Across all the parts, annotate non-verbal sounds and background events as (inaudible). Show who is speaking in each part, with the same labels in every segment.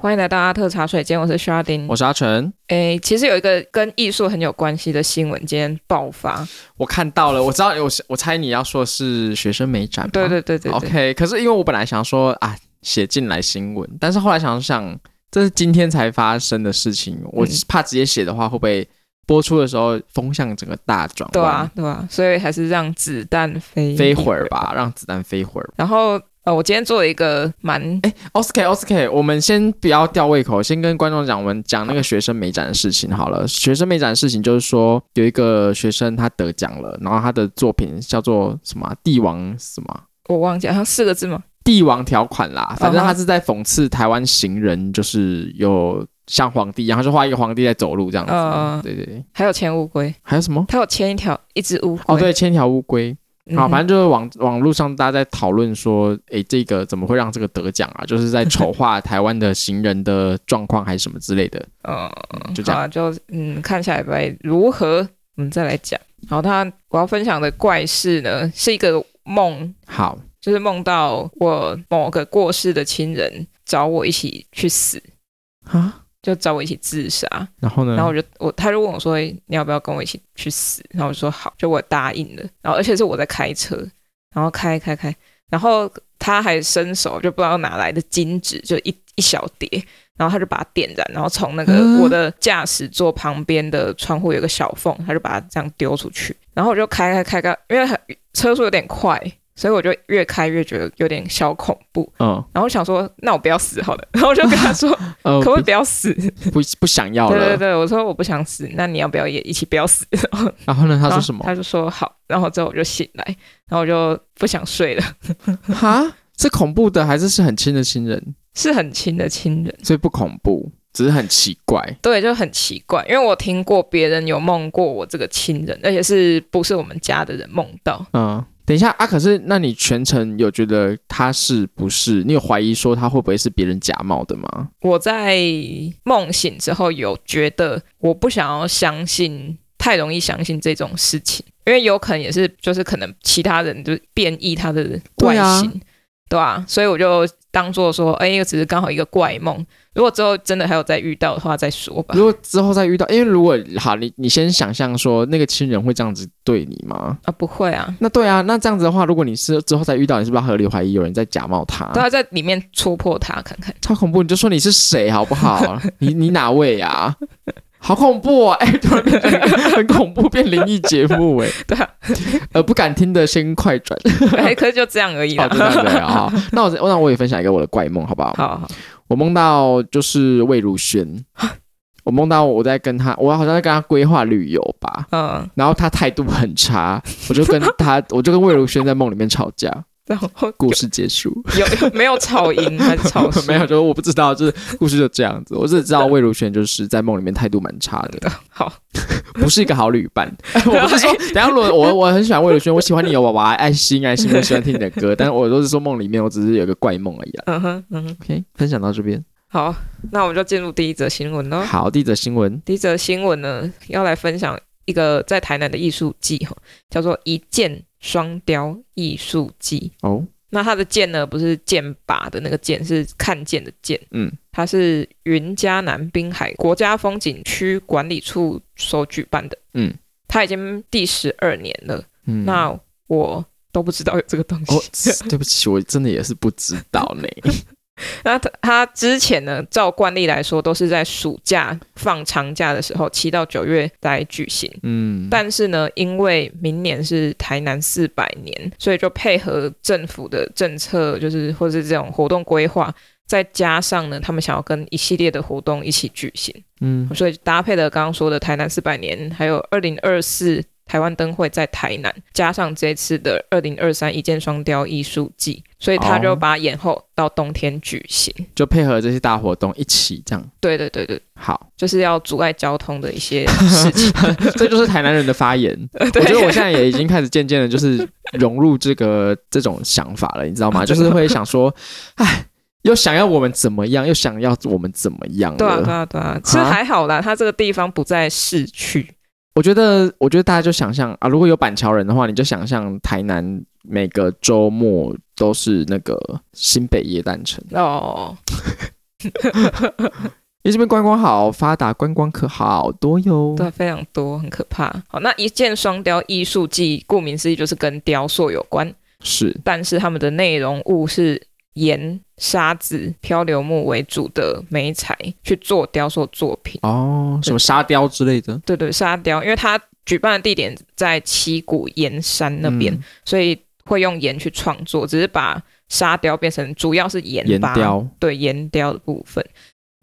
Speaker 1: 欢迎来到阿特茶水间，我是 Sharding
Speaker 2: 我。是阿成，
Speaker 1: 诶，其实有一个跟艺术很有关系的新闻，今天爆发。
Speaker 2: 我看到了，我知道，我我猜你要说的是学生美展吧，
Speaker 1: 对对对对对
Speaker 2: o k 可是因为我本来想说啊，写进来新闻，但是后来想想，这是今天才发生的事情，我
Speaker 1: 嗯
Speaker 2: 怕直接写的话会不会播出的时候风向整个大转弯，
Speaker 1: 对啊，对啊，所以还是让子弹飞
Speaker 2: 飞会儿。吧，让子弹飞会儿。
Speaker 1: 然后呃，我今天做了一个蛮
Speaker 2: OK，OK，我们先不要吊胃口，先跟观众讲，我们讲那个学生美展的事情好了。学生美展的事情就是说，有一个学生他得奖了，然后他的作品叫做什么啊帝王什么啊
Speaker 1: 我忘记好像四个字嘛，
Speaker 2: 帝王条款啦，反正
Speaker 1: 嗯哼
Speaker 2: 他是在讽刺台湾行人，就是有像皇帝一样，他就画一个皇帝在走路这样子。
Speaker 1: 嗯嗯
Speaker 2: 对对对，
Speaker 1: 还有牵乌龟，
Speaker 2: 还有什么？
Speaker 1: 它有牵一条一只乌龟。
Speaker 2: 哦，对，千条乌龟。
Speaker 1: 嗯，
Speaker 2: 好，反正就是网网络上大家在讨论说，诶，这个怎么会让这个得奖
Speaker 1: (laughs)
Speaker 2: 啊？就是在丑化台湾的行人的状况还是什么之类的，
Speaker 1: 嗯，
Speaker 2: 就这
Speaker 1: 好
Speaker 2: 样。
Speaker 1: 啊，就嗯，看下礼拜如何，我们再来讲。好，他我要分享的怪事呢，是一个梦，
Speaker 2: 好，
Speaker 1: 就是梦到我某个过世的亲人找我一起去死，
Speaker 2: 啊，
Speaker 1: 就找我一起自杀。
Speaker 2: 然后呢？
Speaker 1: 然后我就我，他就问我说：“你要不要跟我一起去死？”然后我说：“好。”就我答应了。然后而且是我在开车，然后开开开，然后他还伸手，就不知道哪来的金纸，就一一小叠，然后他就把它点燃，然后从那个
Speaker 2: 嗯
Speaker 1: 我的驾驶座旁边的窗户有个小缝，他就把它这样丢出去。然后我就开开开开，因为很车速有点快，所以我就越开越觉得有点小恐怖。
Speaker 2: 嗯，
Speaker 1: 然后我想说，那我不要死好了。然后我就跟他说，
Speaker 2: 呃，
Speaker 1: 可不可以
Speaker 2: 不
Speaker 1: 不要死？
Speaker 2: 不不想要
Speaker 1: 对对
Speaker 2: 了。
Speaker 1: 对，我说我不想死，那你要不要也一起不要死？然后
Speaker 2: 然后呢？ (laughs) 他
Speaker 1: 然
Speaker 2: 说
Speaker 1: 后
Speaker 2: 什么？
Speaker 1: 他就说好，然后之后我就醒来，然后我就不想睡了，
Speaker 2: 哈，是恐怖的，还是是很亲的亲人？
Speaker 1: 是很亲的亲人，
Speaker 2: 所以不恐怖，只是很奇怪。
Speaker 1: 对，就很奇怪，因为我听过别人有梦过我这个亲人，而且是不是我们家的人梦到，
Speaker 2: 嗯，等一下啊，可是那你全程有觉得他是不是？你有怀疑说他会不会是别人假冒的吗？
Speaker 1: 我在梦醒之后有觉得我不想要相信，太容易相信这种事情，因为有可能也是就是可能其他人就变异他的外形，对啊，所以我就当做说，哎、又只是刚好一个怪梦。如果之后真的还有再遇到的话，再说吧。
Speaker 2: 如果之后再遇到，因为如果好，你你先想象说那个亲人会这样子对你吗？
Speaker 1: 啊，不会啊，
Speaker 2: 那对啊，那这样子的话，如果你是之后再遇到，你是不是要合理怀疑有人在假冒他？
Speaker 1: 都啊要在里面戳破他看看。
Speaker 2: 超恐怖！你就说你是谁好不好？ (laughs) 你你哪位啊？好恐怖啊！ (laughs) 哎、突然变成一个很恐怖，变灵异节目哎、
Speaker 1: (laughs) 对啊，
Speaker 2: 呃，不敢听的先快转。
Speaker 1: 哎可是就这样而已
Speaker 2: 好
Speaker 1: 啦。
Speaker 2: 的，对对
Speaker 1: (laughs)
Speaker 2: 好。那我那我也分享一个我的怪梦，好不好？
Speaker 1: 好好，
Speaker 2: 我梦到就是魏如萱，我梦到我在跟她，我好像在跟她规划旅游吧，
Speaker 1: 嗯，
Speaker 2: 然后她态度很差，我就跟
Speaker 1: (laughs)
Speaker 2: 她，我就跟魏如萱在梦里面吵架，
Speaker 1: 然后
Speaker 2: 故事结束。
Speaker 1: 有有没有吵赢还是 (laughs) 吵输？
Speaker 2: (laughs) 没有，就是我不知道，就是故事就这样子。我只知道魏如萱就是在梦里面态度蛮差
Speaker 1: (laughs)
Speaker 2: 的，
Speaker 1: 好，
Speaker 2: 不是一个好旅
Speaker 1: (laughs)
Speaker 2: 伴。我不是
Speaker 1: 哎
Speaker 2: 说，等一下如果我我很喜欢魏如萱，我喜欢你有娃娃，爱心爱心，我喜欢听你的
Speaker 1: (laughs)
Speaker 2: 歌，但是我都是说梦里面，我只是有个怪梦而已啦。啊
Speaker 1: 嗯哼，嗯哼，
Speaker 2: OK，分享到这边。
Speaker 1: 好，那我们就进入第一则新闻喽。
Speaker 2: 好，第一则新闻，
Speaker 1: 第一则新闻呢，要来分享一个在台南的艺术季哈，叫做一箭双雕艺术季。
Speaker 2: 哦，
Speaker 1: 那它的箭呢，不是箭靶的那个箭，是看见的见。
Speaker 2: 嗯，
Speaker 1: 它是云嘉南滨海国家风景区管理处所举办的。
Speaker 2: 嗯，
Speaker 1: 它已经第十二年了。
Speaker 2: 嗯，
Speaker 1: 那我都不知道有这个东
Speaker 2: (laughs)
Speaker 1: 西。
Speaker 2: 哦，对不起，我真的也是不知道
Speaker 1: (laughs)
Speaker 2: 呢。
Speaker 1: 那他他之前呢，照惯例来说，都是在暑假放长假的时候，七到九月来举行。
Speaker 2: 嗯，
Speaker 1: 但是呢，因为明年是台南四百年，所以就配合政府的政策，就是或是这种活动规划，再加上呢，他们想要跟一系列的活动一起举行，
Speaker 2: 嗯
Speaker 1: 所以搭配了刚刚说的台南四百年，还有二零二四台湾灯会在台南，加上这次的二零二三一箭双雕艺术季，所以他就
Speaker 2: 哦
Speaker 1: 把它延后到冬天举行。
Speaker 2: 就配合这些大活动一起这样。
Speaker 1: 对对对对， (laughs)
Speaker 2: 好，
Speaker 1: 就是要阻碍交通的一
Speaker 2: (laughs)
Speaker 1: 些事情。
Speaker 2: 这就是台南人的发
Speaker 1: (laughs)
Speaker 2: 言。我觉得我现在也已经开始渐渐的，就是融入这个这种想法了，你知道吗？就是会想说，哎，又想要我们怎么样，又想要我们怎么样
Speaker 1: 对啊对
Speaker 2: 了。
Speaker 1: 啊对啊，这还好啦，它这个地方不在市区。
Speaker 2: 我觉得，我觉得大家就想象啊，如果有板桥人的话，你就想象台南每个周末都是那个新北耶诞城。
Speaker 1: 哦，
Speaker 2: 因为这边观光好发达，观光客好多哟。
Speaker 1: 对，啊非常多，很可怕。好，那一箭双雕艺术季，顾名思义就是跟雕塑有关，
Speaker 2: 是
Speaker 1: 但是他们的内容物是盐、沙子、漂流木为主的美材去做雕塑作品。
Speaker 2: 哦，什么沙雕之类的
Speaker 1: 对对，沙雕，因为它举办的地点在七股盐山那边，
Speaker 2: 嗯
Speaker 1: 所以会用盐去创作，只是把沙雕变成主要是盐
Speaker 2: 岩
Speaker 1: 吧，
Speaker 2: 雕，
Speaker 1: 对岩雕的部分。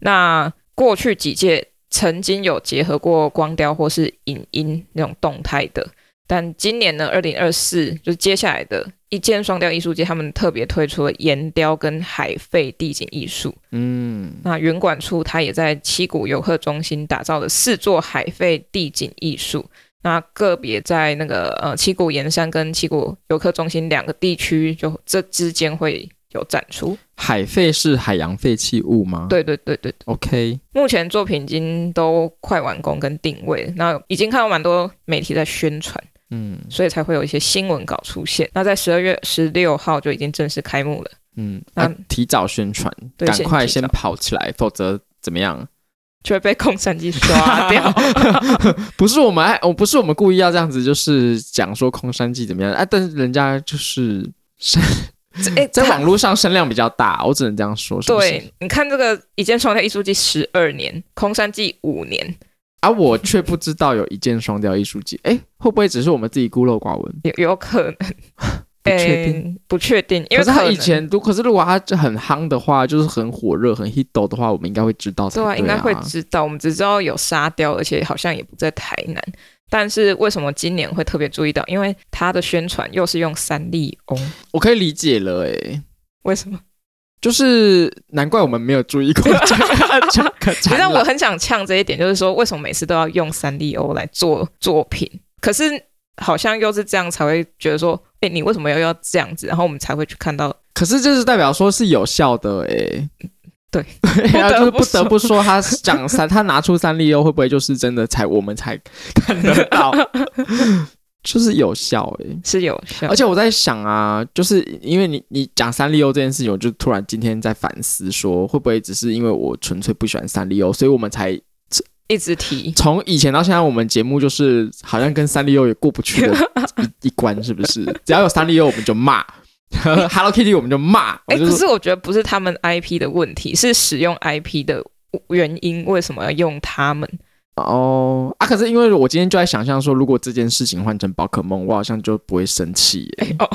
Speaker 1: 那过去几届曾经有结合过光雕或是影音那种动态的，但今年呢，二零二四就是接下来的一箭双雕艺术节，他们特别推出了岩雕跟海废地景艺术。
Speaker 2: 嗯，
Speaker 1: 那云管处它也在七股游客中心打造了四座海废地景艺术，那个别在那个呃七股盐山跟七股游客中心两个地区，就这之间会有展出。
Speaker 2: 海废是海洋废弃物吗？
Speaker 1: 对对对对
Speaker 2: ，OK，
Speaker 1: 目前作品已经都快完工跟定位了，那已经看到蛮多媒体在宣传，
Speaker 2: 嗯
Speaker 1: 所以才会有一些新闻稿出现。那在十二月十六号就已经正式开幕了，
Speaker 2: 嗯，
Speaker 1: 那
Speaker 2: 啊，提早宣传，
Speaker 1: 对
Speaker 2: 赶快
Speaker 1: 先提
Speaker 2: 先
Speaker 1: 早
Speaker 2: 跑起来，否则怎么样？
Speaker 1: 就会被共产
Speaker 2: (laughs)
Speaker 1: 机刷掉。 (laughs)
Speaker 2: 不是我们爱，我不是我们故意要这样子，就是讲说空山记怎么样啊？但是人家就是
Speaker 1: 哎，
Speaker 2: 在
Speaker 1: 他
Speaker 2: 网络上声量比较大，我只能这样说，是不是？
Speaker 1: 对，你看这个《一箭双雕艺术季》十二年，空山记五年，
Speaker 2: 啊，我却不知道有一箭双雕艺术节，哎，会不会只是我们自己孤陋寡闻？
Speaker 1: 有有可能。
Speaker 2: 不确定
Speaker 1: 诶不确定，因
Speaker 2: 可
Speaker 1: 为
Speaker 2: 是他
Speaker 1: 能啊
Speaker 2: 以前都，可是如果他就很夯的话，就是很火热、很 hit 的话，我们应该会知道才
Speaker 1: 对啊，
Speaker 2: 对
Speaker 1: 应该会知道。我们只知道有沙雕，而且好像也不在台南。但是为什么今年会特别注意到？因为它的宣传又是用三丽翁，
Speaker 2: 我可以理解了，哎，
Speaker 1: 为什么？
Speaker 2: 就是难怪我们没有注意过这
Speaker 1: (laughs)
Speaker 2: 个这个
Speaker 1: 其实
Speaker 2: 展
Speaker 1: 我
Speaker 2: 览。
Speaker 1: 很想呛这一点，就是说为什么每次都要用三丽鸥来做作品？可是好像又是这样才会觉得说，哎，你为什么又要这样子？然后我们才会去看到
Speaker 2: 可是这是代表说是有效的，哎，
Speaker 1: 对，
Speaker 2: (laughs) 对
Speaker 1: 不
Speaker 2: 啊，
Speaker 1: 得
Speaker 2: 就是
Speaker 1: 不
Speaker 2: 不得
Speaker 1: 说
Speaker 2: 不说，他讲三，他拿出三丽鸥，会不会就是真的才我们才看得
Speaker 1: (laughs)
Speaker 2: 到？就是有效，哎，
Speaker 1: 是有效
Speaker 2: 而。且我在想啊，就是因为你你讲三丽鸥这件事情，我就突然今天在反思说，会不会只是因为我纯粹不喜欢三丽鸥，所以我们才
Speaker 1: 一直提，
Speaker 2: 从以前到现在，我们节目就是好像跟三丽鸥也过不去
Speaker 1: (laughs)
Speaker 2: 的一一关，是不是？只要有三丽鸥，我们就骂 Hello Kitty，我们就骂，我
Speaker 1: 哎、
Speaker 2: 就
Speaker 1: 可
Speaker 2: 说
Speaker 1: 是我觉得不是他们 IP 的问题，是使用 IP 的原因，为什么要用他们？
Speaker 2: 哦啊！可是因为我今天就在想象说，如果这件事情换成宝可梦，我好像就不会生气
Speaker 1: 哎、
Speaker 2: 耶，
Speaker 1: 哦，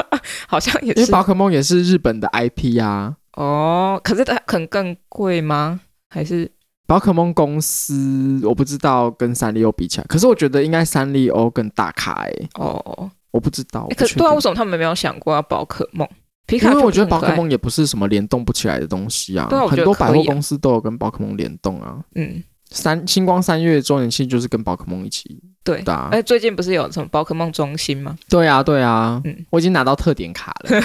Speaker 1: (laughs) 好像也
Speaker 2: 因为
Speaker 1: 是
Speaker 2: 宝可梦也是日本的 IP 啊。
Speaker 1: 哦，可是它可能更贵吗？还是
Speaker 2: 宝可梦公司我不知道跟三丽鸥比起来，可是我觉得应该三丽鸥更大咖哎、
Speaker 1: 哦，
Speaker 2: 我不知道。我
Speaker 1: 哎
Speaker 2: 不
Speaker 1: 可
Speaker 2: 确
Speaker 1: 对啊，
Speaker 2: 定
Speaker 1: 为什么他们没有想过要宝可梦？皮卡
Speaker 2: 因
Speaker 1: 丘
Speaker 2: 为我觉得
Speaker 1: 不
Speaker 2: 宝
Speaker 1: 是
Speaker 2: 可
Speaker 1: 很可爱，
Speaker 2: 梦也不是什么联动不起来的东西啊，
Speaker 1: 对啊我觉
Speaker 2: 很
Speaker 1: 得
Speaker 2: 多百
Speaker 1: 可
Speaker 2: 货
Speaker 1: 以啊
Speaker 2: 公司都有跟宝可梦联动啊。
Speaker 1: 嗯，
Speaker 2: 三星光三月周年庆就是跟宝可梦一起
Speaker 1: 对。
Speaker 2: 的、啊
Speaker 1: 哎、，最近不是有什么宝可梦中心吗？
Speaker 2: 对啊，对啊，
Speaker 1: 嗯
Speaker 2: 我已经拿到特点卡
Speaker 1: (laughs)
Speaker 2: 了。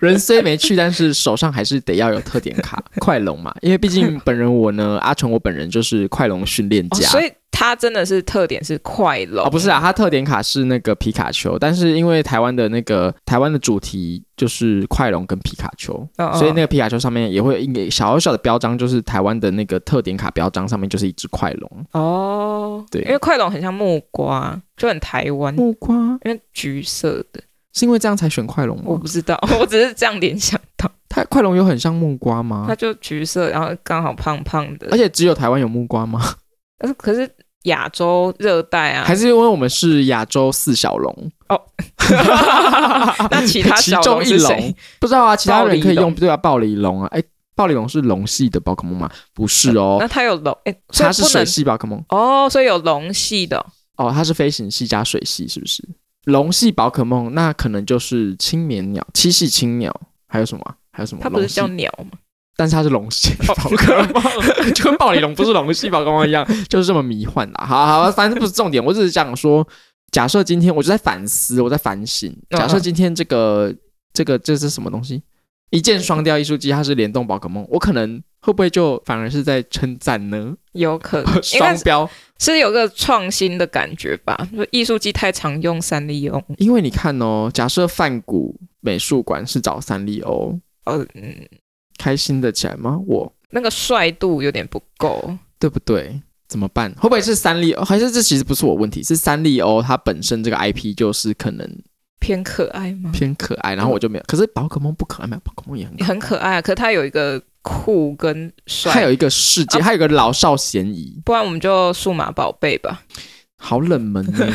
Speaker 2: 人虽没去，但是手上还是得要有特点卡，快龙嘛，因为毕竟本人我呢，阿成我本人就是快龙训练
Speaker 1: 哦，
Speaker 2: 家，
Speaker 1: 所以它真的是特点是快龙
Speaker 2: 哦，不是啊，它特点卡是那个皮卡丘，但是因为台湾的那个台湾的主题就是快龙跟皮卡丘，
Speaker 1: 哦哦
Speaker 2: 所以那个皮卡丘上面也会有一个小小的标章，就是台湾的那个特点卡标章上面就是一只快龙。
Speaker 1: 哦，
Speaker 2: 对
Speaker 1: 因为快龙很像木瓜，就很台湾，
Speaker 2: 木瓜
Speaker 1: 因为橘色的。
Speaker 2: 是因为这样才选快龙
Speaker 1: 我
Speaker 2: 吗？
Speaker 1: 不知道， (laughs) 我只是这样联想到，
Speaker 2: 它快龙有很像木瓜吗
Speaker 1: 它？就橘色，然后刚好胖胖的
Speaker 2: 啊而，且只有台湾有木瓜吗？
Speaker 1: 但是可是亚洲热带啊，
Speaker 2: 还是因为我们是亚洲四小龙？
Speaker 1: (laughs) 那其他
Speaker 2: (laughs) 其
Speaker 1: 小
Speaker 2: 中
Speaker 1: 龙
Speaker 2: 一
Speaker 1: 是谁
Speaker 2: 龙？不知道啊，其他
Speaker 1: 暴
Speaker 2: 人
Speaker 1: 鲤
Speaker 2: 可以
Speaker 1: 龙
Speaker 2: 用对啊，暴鲤龙啊，哎，暴鲤龙是龙系的宝可梦吗？不是哦
Speaker 1: 那，它有龙，哎、所以
Speaker 2: 它是
Speaker 1: 不
Speaker 2: 水
Speaker 1: 能
Speaker 2: 系宝可梦。
Speaker 1: 哦，所以有龙系的哦、
Speaker 2: 哦，它是飞行系加水系，是不是？龙系宝可梦，那可能就是青棉鸟、七系青鸟，还有什么啊？还有什么？
Speaker 1: 它不是
Speaker 2: 龙系
Speaker 1: 叫哦鸟
Speaker 2: (laughs)
Speaker 1: 吗？
Speaker 2: 但是它是龙系宝可梦， (laughs) 就跟暴鲤龙不是龙系宝可梦一样，就是这么迷幻啦。好好，反正不是重点，我只是想说，假设今天我就在反思，我在反省，
Speaker 1: 嗯
Speaker 2: 假设今天这个这个这是什么东西？一箭双雕艺术机，它是联动宝可梦，我可能会不会就反而是在称赞呢？ (laughs)
Speaker 1: 有可能，应该
Speaker 2: 双
Speaker 1: 是
Speaker 2: 标。
Speaker 1: 是有个创新的感觉吧？就艺术季太常用三丽翁，
Speaker 2: 因为你看哦，假设范谷美术馆是找三丽鸥，
Speaker 1: 哦，嗯，
Speaker 2: 开心的起来吗？我
Speaker 1: 那个帅度有点不够。
Speaker 2: 对不对？怎么办？会不会是三丽鸥？还是这其实不是我问题，是三丽鸥它本身这个 IP 就是可能
Speaker 1: 偏可爱吗？
Speaker 2: 偏可爱，然后我就没有。可是宝可梦不可爱吗？宝可梦也很可爱
Speaker 1: 很可爱啊，可它有一个酷跟
Speaker 2: 还
Speaker 1: 帅
Speaker 2: 有，一个世界，
Speaker 1: 啊
Speaker 2: 还有一个老少咸宜，
Speaker 1: 不然我们就数码宝贝吧。
Speaker 2: 好冷门呢、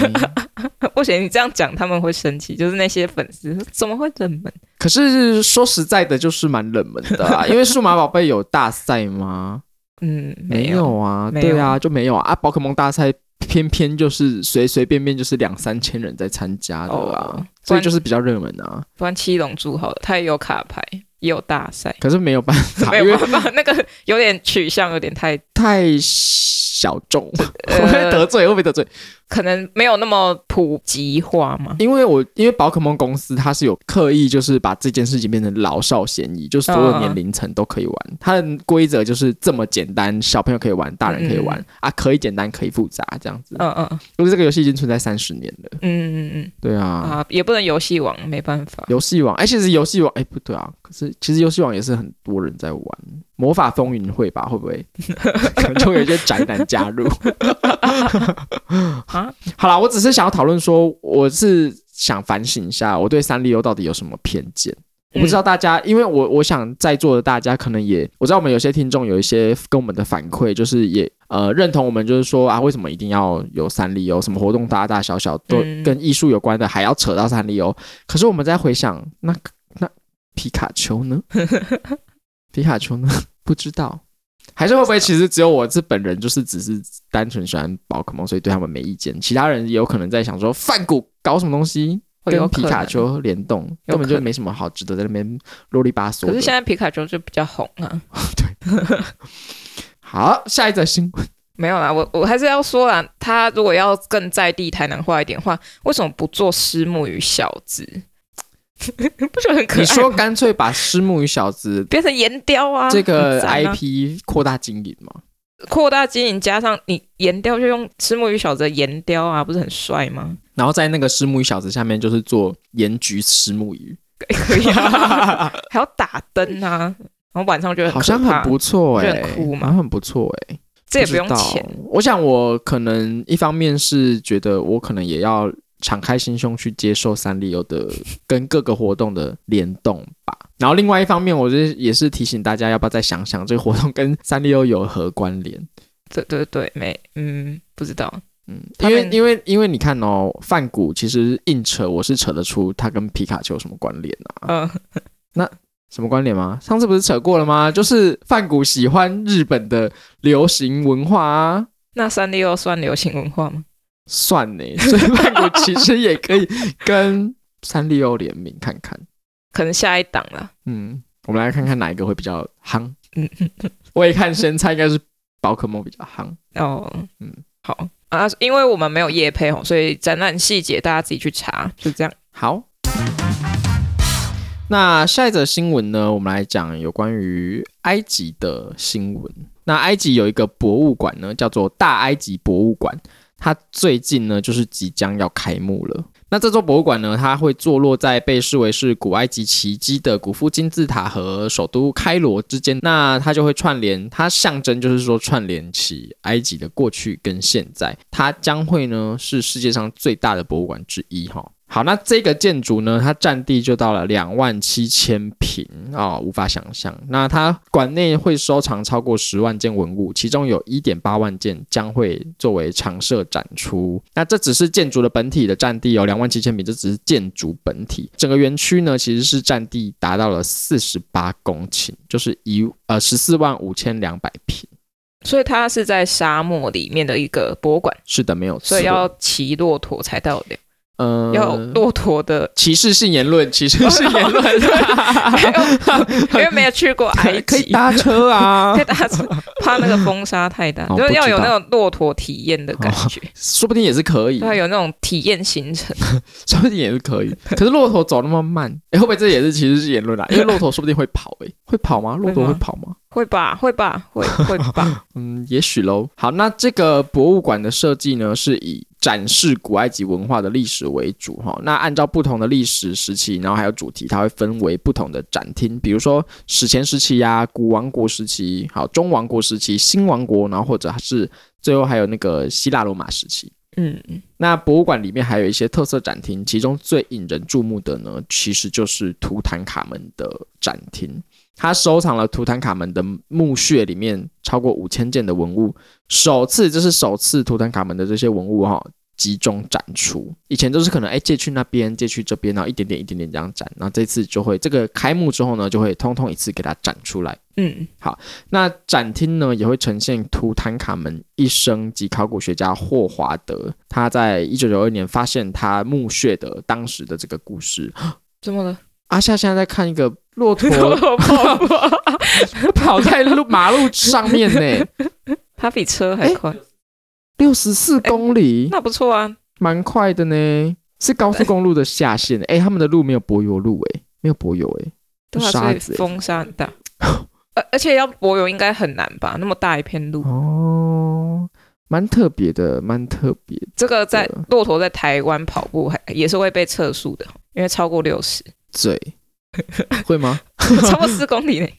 Speaker 1: (laughs) 不行，你这样讲他们会生气，就是那些粉丝怎么会冷门？
Speaker 2: 可是说实在的，就是蛮冷门的啊，因为数码宝贝有大赛吗？
Speaker 1: 嗯，
Speaker 2: 没有啊，
Speaker 1: 没有
Speaker 2: 对啊，就没有啊。啊，宝可梦大赛偏偏就是随随便便就是两三千人在参加的啊，
Speaker 1: 哦
Speaker 2: 所以就是比较热门啊。
Speaker 1: 不然七龙珠好了，它也有卡牌，也有大赛，
Speaker 2: 可是没有办法，
Speaker 1: (laughs) 没
Speaker 2: 因
Speaker 1: 有
Speaker 2: 为
Speaker 1: 办法，那个有点取向，有点太
Speaker 2: 太小众，
Speaker 1: (laughs) 呃
Speaker 2: 会不会得罪？会不会得罪？
Speaker 1: 可能没有那么普及化嘛。
Speaker 2: 因为我因为宝可梦公司它是有刻意就是把这件事情变成老少咸宜，就是所有年龄层都可以玩。
Speaker 1: 哦
Speaker 2: 它的规则就是这么简单，小朋友可以玩，大人可以玩、
Speaker 1: 嗯
Speaker 2: 啊，可以简单可以复杂这样子。
Speaker 1: 嗯嗯嗯
Speaker 2: 因为这个游戏已经存在三十年了，
Speaker 1: 嗯嗯
Speaker 2: 对
Speaker 1: 嗯
Speaker 2: 啊。
Speaker 1: 啊，也不能游戏王，没办法。
Speaker 2: 游戏王，哎、其实游戏王，哎、不对啊，可是其实游戏王也是很多人在玩，魔法风云会吧，会不会？ (laughs) 可能就会有一些宅男加入。
Speaker 1: 啊， (laughs)
Speaker 2: 好啦，我只是想要讨论说，我是想反省一下，我对三丽鸥到底有什么偏见。我不知道大家，因为我我想在座的大家可能也，我知道我们有些听众有一些跟我们的反馈，就是也呃认同我们，就是说啊，为什么一定要有三丽鸥？什么活动大大小小都
Speaker 1: 嗯
Speaker 2: 跟艺术有关的，还要扯到三丽鸥？可是我们在回想，那那皮卡丘呢？皮卡丘呢？ (laughs) 不知道，还是会不会其实只有我这本人就是只是单纯喜欢宝可梦，所以对他们没意见。其他人也有可能在想说，范谷搞什么东西
Speaker 1: 会有
Speaker 2: 跟
Speaker 1: 可
Speaker 2: 皮
Speaker 1: 能
Speaker 2: 卡。丘联动，
Speaker 1: 有
Speaker 2: 根
Speaker 1: 可能
Speaker 2: 本就没什么好值得在那边啰里吧
Speaker 1: 可
Speaker 2: 嗦
Speaker 1: 是现
Speaker 2: 的。
Speaker 1: 在皮卡丘就比较红啊，
Speaker 2: 好，下一则新闻，
Speaker 1: 没有啦，我我还是要说啦，他如果要更在地台南话一点的话，为什么不做石木与小子？ (laughs) 不觉得很可爱吗？
Speaker 2: 你说干脆把狮木与小 (laughs) 子
Speaker 1: 变成岩雕啊，
Speaker 2: 这个
Speaker 1: 很赞啊
Speaker 2: IP 扩大经营嘛？
Speaker 1: 扩大经营，加上你岩雕就用石木与小子的岩雕啊，不是很帅吗？
Speaker 2: (laughs)
Speaker 1: (laughs)
Speaker 2: 然后在那个狮木与小子下面就是做盐焗石木鱼，
Speaker 1: 可以啊，还要打灯啊，然后晚上就很
Speaker 2: 好像
Speaker 1: 可怕
Speaker 2: 很不错哎、
Speaker 1: 就很酷嘛
Speaker 2: 好像很不错哎、
Speaker 1: 这也不用
Speaker 2: 知道
Speaker 1: 钱，。
Speaker 2: 我想我可能一方面是觉得我可能也要敞开心胸去接受三丽鸥的跟各个活动的联动吧。然后另外一方面，我就是也是提醒大家要不要再想想这个活动跟三丽鸥有何关联。
Speaker 1: 对对对，没嗯不知道，
Speaker 2: 嗯，
Speaker 1: 他
Speaker 2: 因为
Speaker 1: 们
Speaker 2: 因为因为你看哦，范谷其实硬扯我是扯得出它跟皮卡丘有什么关联啊？
Speaker 1: 嗯、
Speaker 2: 什么关联吗？上次不是扯过了吗？就是范谷喜欢日本的流行文化啊。
Speaker 1: 那三丽鸥算流行文化吗？
Speaker 2: 算呢， (laughs) 所以曼谷其实也可以跟三丽鸥联名看看。
Speaker 1: 可能下一档啦。
Speaker 2: 嗯，我们来看看哪一个会比较夯。
Speaker 1: 嗯嗯
Speaker 2: 我也看先猜应该是宝可梦比较夯。
Speaker 1: 哦，嗯
Speaker 2: 嗯，
Speaker 1: 好啊，因为我们没有夜配哦，所以展览细节大家自己去查，就这样。
Speaker 2: 好，那下一则新闻呢，我们来讲有关于埃及的新闻。那埃及有一个博物馆呢，叫做大埃及博物馆，它最近呢就是即将要开幕了。那这座博物馆呢，它会坐落在被视为是古埃及奇迹的古夫金字塔和首都开罗之间。那它就会串联，它象征就是说串联起埃及的过去跟现在。它将会呢是世界上最大的博物馆之一哈、好，那这个建筑呢，它占地就到了两万七千平啊、无法想象。那它馆内会收藏超过十万件文物，其中有一点八万件将会作为常设展出。那这只是建筑的本体的占地哦有两万七千平，这只是建筑本体。整个园区呢，其实是占地达到了四十八公顷，就是一呃十四万五千两百平。
Speaker 1: 所以它是在沙漠里面的一个博物馆，
Speaker 2: 是的，没有错。
Speaker 1: 所以要骑骆驼才到的，
Speaker 2: 呃，
Speaker 1: 要有骆驼的
Speaker 2: (laughs) 歧视性言论，歧视性
Speaker 1: (laughs)
Speaker 2: 言论。
Speaker 1: 因为没有去过埃
Speaker 2: (laughs) 可以
Speaker 1: 及。
Speaker 2: 搭车啊
Speaker 1: 可以，搭车，怕那个风沙太大，
Speaker 2: 哦
Speaker 1: 就是要有
Speaker 2: 不知
Speaker 1: 那
Speaker 2: 道
Speaker 1: 种骆驼体验的感觉，
Speaker 2: 说不定也是可以，
Speaker 1: 要有那种体验行程。
Speaker 2: 说不定也是可以。可是骆驼走那么慢， (laughs) 哎、会不会这也是其实是言论啊啦？因为骆驼说不定会跑、诶，会跑吗？骆驼
Speaker 1: 会
Speaker 2: 会
Speaker 1: 吗
Speaker 2: 跑吗？
Speaker 1: 会吧，会吧，会会吧。
Speaker 2: (laughs) 嗯，也许喽。好，那这个博物馆的设计呢，是以展示古埃及文化的历史为主哈。那按照不同的历史时期，然后还有主题，它会分为不同的展厅，比如说史前时期呀、古王国时期、好中王国时期、新王国，然后或者是最后还有那个希腊罗马时期。
Speaker 1: 嗯嗯，
Speaker 2: 那博物馆里面还有一些特色展厅，其中最引人注目的呢，其实就是图坦卡门的展厅。他收藏了图坦卡门的墓穴里面超过五千件的文物，首次这是首次图坦卡门的这些文物哈、集中展出。以前都是可能哎借去那边，借去这边，然后一点点一点点这样展，然后这次就会这个开幕之后呢，就会通通一次给它展出来。
Speaker 1: 嗯，
Speaker 2: 那展厅呢也会呈现图坦卡门一生及考古学家霍华德他在一九九二年发现他墓穴的当时的这个故事。
Speaker 1: 怎么了？
Speaker 2: 阿夏现在在看一个骆
Speaker 1: (laughs)
Speaker 2: (laughs) 驼
Speaker 1: 我泡泡，
Speaker 2: (laughs) 跑在路马路上面呢，
Speaker 1: 它比车还快，
Speaker 2: (laughs) 六十四公里，
Speaker 1: 那不错啊。
Speaker 2: 蛮快的呢，是高速公路的下线。哎、他们的路没有柏油路哎、没有柏油哎、
Speaker 1: 对啊，所
Speaker 2: 沙
Speaker 1: 以
Speaker 2: 子欸
Speaker 1: 风沙很大，而而且要柏油应该很难吧？那么大一片路，
Speaker 2: 哦，蛮特别的，蛮特别的。
Speaker 1: 这个在
Speaker 2: 对
Speaker 1: 骆驼在台湾跑步还也是会被测速的，因为超过六十，
Speaker 2: 嘴会吗？
Speaker 1: 超过四公里内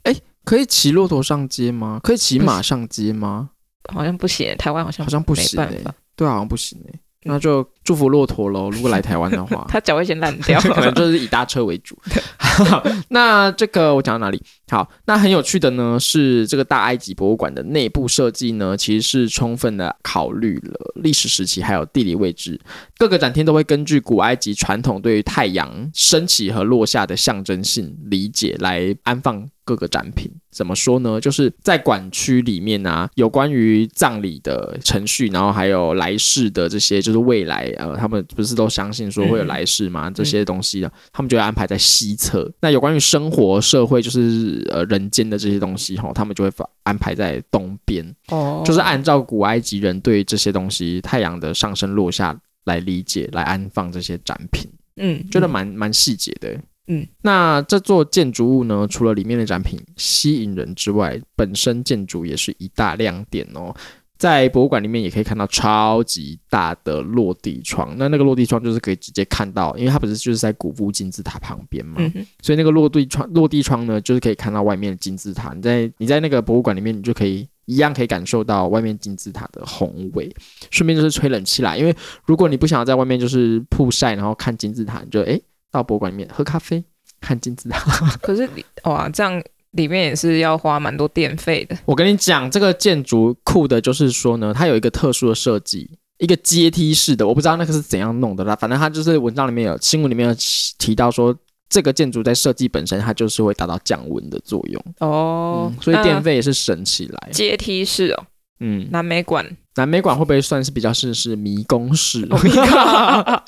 Speaker 2: 可以骑骆驼上街吗？可以骑马上街吗？
Speaker 1: 好像不行，台湾好像
Speaker 2: 好像不
Speaker 1: 哦没
Speaker 2: 行哎、
Speaker 1: 办法，嗯
Speaker 2: 对啊，好像不行哎、那就祝福骆
Speaker 1: (laughs)
Speaker 2: 驼喽。如果来台湾的话，。
Speaker 1: 它脚会先烂掉
Speaker 2: (laughs) 可能就是以搭车为主。 (laughs) 好那这个我讲到哪里？好，那很有趣的呢是这个大埃及博物馆的内部设计呢，其实是充分的考虑了历史时期还有地理位置。各个展厅都会根据古埃及传统对于太阳升起和落下的象征性理解来安放。各个展品怎么说呢？就是在馆区里面啊，有关于葬礼的程序，然后还有来世的这些，就是未来呃，他们不是都相信说会有
Speaker 1: 嗯
Speaker 2: 来世吗？这些东西的，他们就会安排在西侧。那有关于生活、社会，就是呃人间的这些东西哈，他们就会放安排在东边，
Speaker 1: 哦
Speaker 2: 就是按照古埃及人对这些东西太阳的上升落下来理解，来安放这些展品，
Speaker 1: 嗯，
Speaker 2: 觉得蛮蛮细节的。
Speaker 1: 嗯，
Speaker 2: 那这座建筑物呢，除了里面的展品吸引人之外，本身建筑也是一大亮点哦。在博物馆里面也可以看到超级大的落地窗，那那个落地窗就是可以直接看到，因为它不是就是在古布金字塔旁边嘛，
Speaker 1: 嗯哼
Speaker 2: 所以那个落地窗，落地窗呢，就是可以看到外面的金字塔。你在你在那个博物馆里面，你就可以一样可以感受到外面金字塔的宏伟。顺便就是吹冷气啦，因为如果你不想要在外面就是曝晒，然后看金字塔，你就诶到博物馆里面喝咖啡，看金字塔。
Speaker 1: 可是里哇，这样里面也是要花蛮多电费的。
Speaker 2: 我跟你讲，这个建筑酷的就是说呢，它有一个特殊的设计。一个阶梯式的，我不知道那个是怎样弄的啦。反正它就是文章里面有新闻里面有提到说，这个建筑在设计本身它就是会达到降温的作用。
Speaker 1: 哦
Speaker 2: 嗯，所以电
Speaker 1: 那
Speaker 2: 费也是省起来。
Speaker 1: 阶梯式哦，
Speaker 2: 嗯，
Speaker 1: 南美馆
Speaker 2: 南美馆会不会算是比较是是迷宫式？
Speaker 1: 哦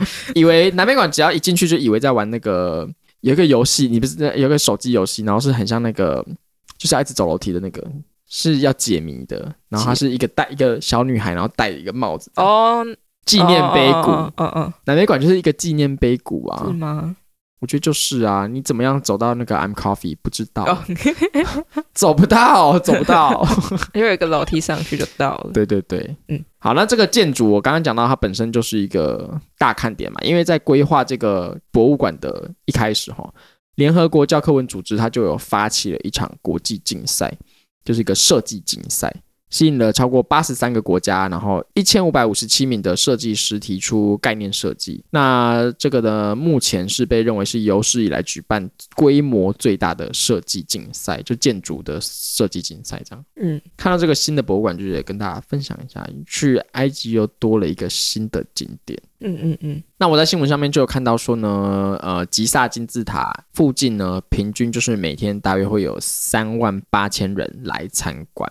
Speaker 2: (laughs) 以为南美馆只要一进去就以为在玩那个有一个游戏，你不是有一个手机游戏，然后是很像那个就是要一直走楼梯的那个，是要解谜的。然后它是一个戴一个小女孩，然后戴一个帽子，
Speaker 1: 哦，
Speaker 2: 纪念碑谷。
Speaker 1: 哦哦哦，
Speaker 2: 南美馆就是一个纪念碑谷
Speaker 1: 哦是
Speaker 2: 啊，
Speaker 1: 吗？
Speaker 2: 我觉得就是啊。你怎么样走到那个 I'm Coffee 不知道，
Speaker 1: (laughs) 哦，
Speaker 2: 走不到，走
Speaker 1: (laughs)
Speaker 2: 不到。
Speaker 1: 又有一个楼梯上去就到了。
Speaker 2: 对对对，嗯
Speaker 1: 嗯，
Speaker 2: 好，那这个建筑我刚刚讲到，它本身就是一个大看点嘛，因为在规划这个博物馆的一开始哈，联合国教科文组织它就有发起了一场国际竞赛，就是一个设计竞赛，吸引了超过八十三个国家，然后一千五百五十七名的设计师提出概念设计。那这个呢，目前是被认为是有史以来举办规模最大的设计竞赛，就建筑的设计竞赛这样。
Speaker 1: 嗯，
Speaker 2: 看到这个新的博物馆，就是也跟大家分享一下，去埃及又多了一个新的景点。
Speaker 1: 嗯嗯嗯，
Speaker 2: 那我在新闻上面就有看到说呢，呃，吉萨金字塔附近呢，平均就是每天大约会有三万八千人来参观。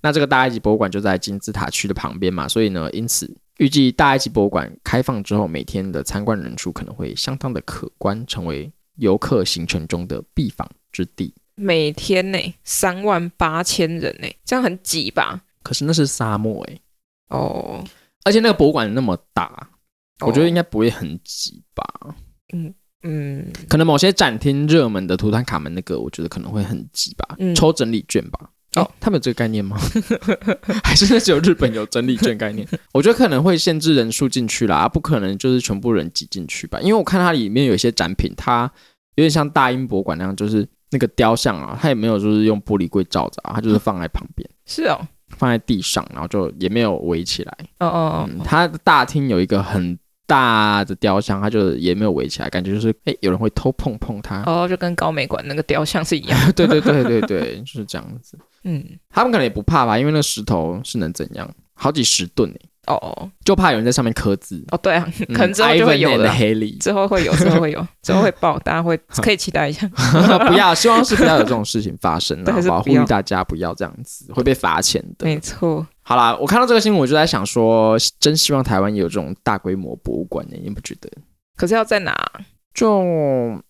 Speaker 2: 那这个大埃及博物馆就在金字塔区的旁边嘛，所以呢，因此预计大埃及博物馆开放之后，每天的参观人数可能会相当的可观，成为游客行程中的必访之地。
Speaker 1: 每天呢三万八千人呢，这样很挤吧？
Speaker 2: 可是那是沙漠诶、
Speaker 1: 哦，
Speaker 2: 而且那个博物馆那么大，我觉得应
Speaker 1: 该
Speaker 2: 该不会很挤吧，
Speaker 1: 哦嗯，
Speaker 2: 可能某些展厅热门的图坦卡门那个，我觉得可能会很挤吧，
Speaker 1: 嗯
Speaker 2: 抽整理券吧，哦，他们有这个概念吗？ (laughs) 还是那只有日本有整理券概念？ (laughs) 我觉得可能会限制人数进去啦，不可能就是全部人挤进去吧。因为我看它里面有一些展品，它有点像大英博物馆那样，就是那个雕像啊，它也没有就是用玻璃柜罩着啊，它就是放在旁边，
Speaker 1: 是哦，
Speaker 2: 放在地上，然后就也没有围起来。
Speaker 1: 哦哦
Speaker 2: 嗯
Speaker 1: 哦，，
Speaker 2: 它的大厅有一个很大的雕像，它就也没有围起来，感觉就是哎、有人会偷碰碰它。
Speaker 1: 哦，就跟高美馆那个雕像是一样。
Speaker 2: (laughs) 对对对对对，就是这样子。
Speaker 1: (laughs) 嗯，
Speaker 2: 他们可能也不怕吧，因为那石头是能怎样，好几十吨、欸、
Speaker 1: 哦哦
Speaker 2: 就怕有人在上面刻字。
Speaker 1: 哦，对啊，(laughs)
Speaker 2: 嗯
Speaker 1: 可能之后就会有
Speaker 2: Ivan and
Speaker 1: 的，
Speaker 2: Haley
Speaker 1: 之后会有，之后
Speaker 2: (laughs)
Speaker 1: 会有，之后会爆，大家会可以期待一下。
Speaker 2: 不要，希望是不要有这种事情发生
Speaker 1: (laughs)
Speaker 2: 啊，
Speaker 1: 对
Speaker 2: 好
Speaker 1: 还是
Speaker 2: 不好？
Speaker 1: 不
Speaker 2: 呼
Speaker 1: 要
Speaker 2: 吁大家不要这样子，会被罚钱
Speaker 1: (laughs)
Speaker 2: 的。
Speaker 1: 没错，
Speaker 2: 好啦，我看到这个新闻，我就在想说，真希望台湾也有这种大规模博物馆呢、你不觉得？
Speaker 1: 可是要在哪？
Speaker 2: 就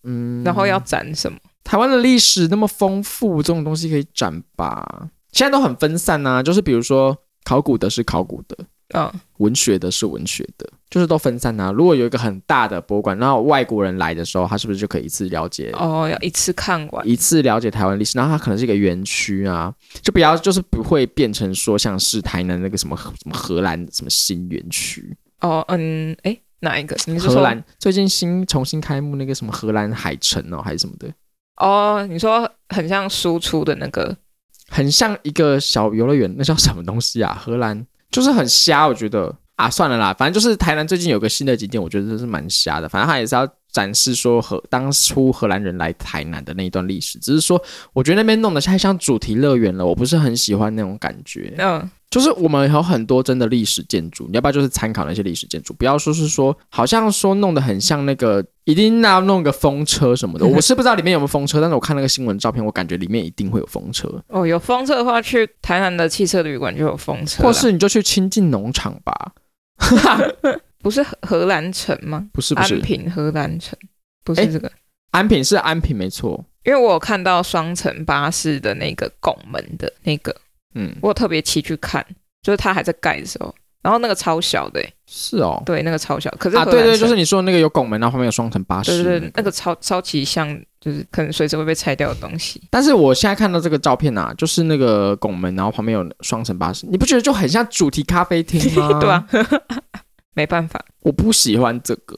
Speaker 2: 嗯，
Speaker 1: 然后要展什么？
Speaker 2: 台湾的历史那么丰富，这种东西可以展吧？现在都很分散呐、就是比如说考古的是考古的，
Speaker 1: 嗯，
Speaker 2: 文学的是文学的，就是都分散啊。如果有一个很大的博物馆，然后外国人来的时候，他是不是就可以一次了解，
Speaker 1: 哦，要一次看完。
Speaker 2: 一次了解台湾历史？然后它可能是一个园区啊，就不要就是不会变成说像是台南那个什么什么荷兰什么新园区，
Speaker 1: 哦，嗯，哎，哪一个？你是
Speaker 2: 荷
Speaker 1: 说
Speaker 2: 兰最近新重新开幕那个什么荷兰海城哦，还是什么的，
Speaker 1: 哦？你说很像输出的那个
Speaker 2: 很像一个小游乐园，那叫什么东西啊？ (laughs) 荷兰就是很瞎，我觉得啊，算了啦，反正就是台南最近有个新的景点，我觉得这是蛮瞎的。反正它也是要展示说荷当初荷兰人来台南的那一段历史，只是说我觉得那边弄得太像主题乐园了，我不是很喜欢那种感觉。
Speaker 1: 嗯，
Speaker 2: 就是我们有很多真的历史建筑，你要不要就是参考那些历史建筑？不要说是说好像说弄得很像那个，一定要弄个风车什么的。我是不知道里面有没有风车，但是我看那个新闻照片，我感觉里面一定会有风车。
Speaker 1: 哦，有风车的话，去台南的汽车旅馆就有风车啦，(laughs)
Speaker 2: 或是你就去亲近农场吧，
Speaker 1: 不是荷荷兰城吗？
Speaker 2: 不是不是，
Speaker 1: 安平荷兰城不
Speaker 2: 哎
Speaker 1: 是这个，
Speaker 2: 安平是安平没错，
Speaker 1: 因为我有看到双层巴士的那个拱门的那个，
Speaker 2: 嗯，
Speaker 1: 我有特别骑去看，就是它还在盖的时候，然后那个超小的、欸，
Speaker 2: 是哦，
Speaker 1: 对，那个超小，可是
Speaker 2: 啊
Speaker 1: 荷
Speaker 2: 对
Speaker 1: 兰
Speaker 2: 对，
Speaker 1: 城
Speaker 2: 就是你说的那个有拱门，然后旁边有双层巴士，
Speaker 1: 对
Speaker 2: 嗯
Speaker 1: 对对，那个超超级像，就是可能随时会被拆掉的东西。
Speaker 2: 但是我现在看到这个照片啊，就是那个拱门，然后旁边有双层巴士，你不觉得就很像主题咖啡厅吗？
Speaker 1: (laughs) 对啊，，没办法，
Speaker 2: 我不喜欢这个，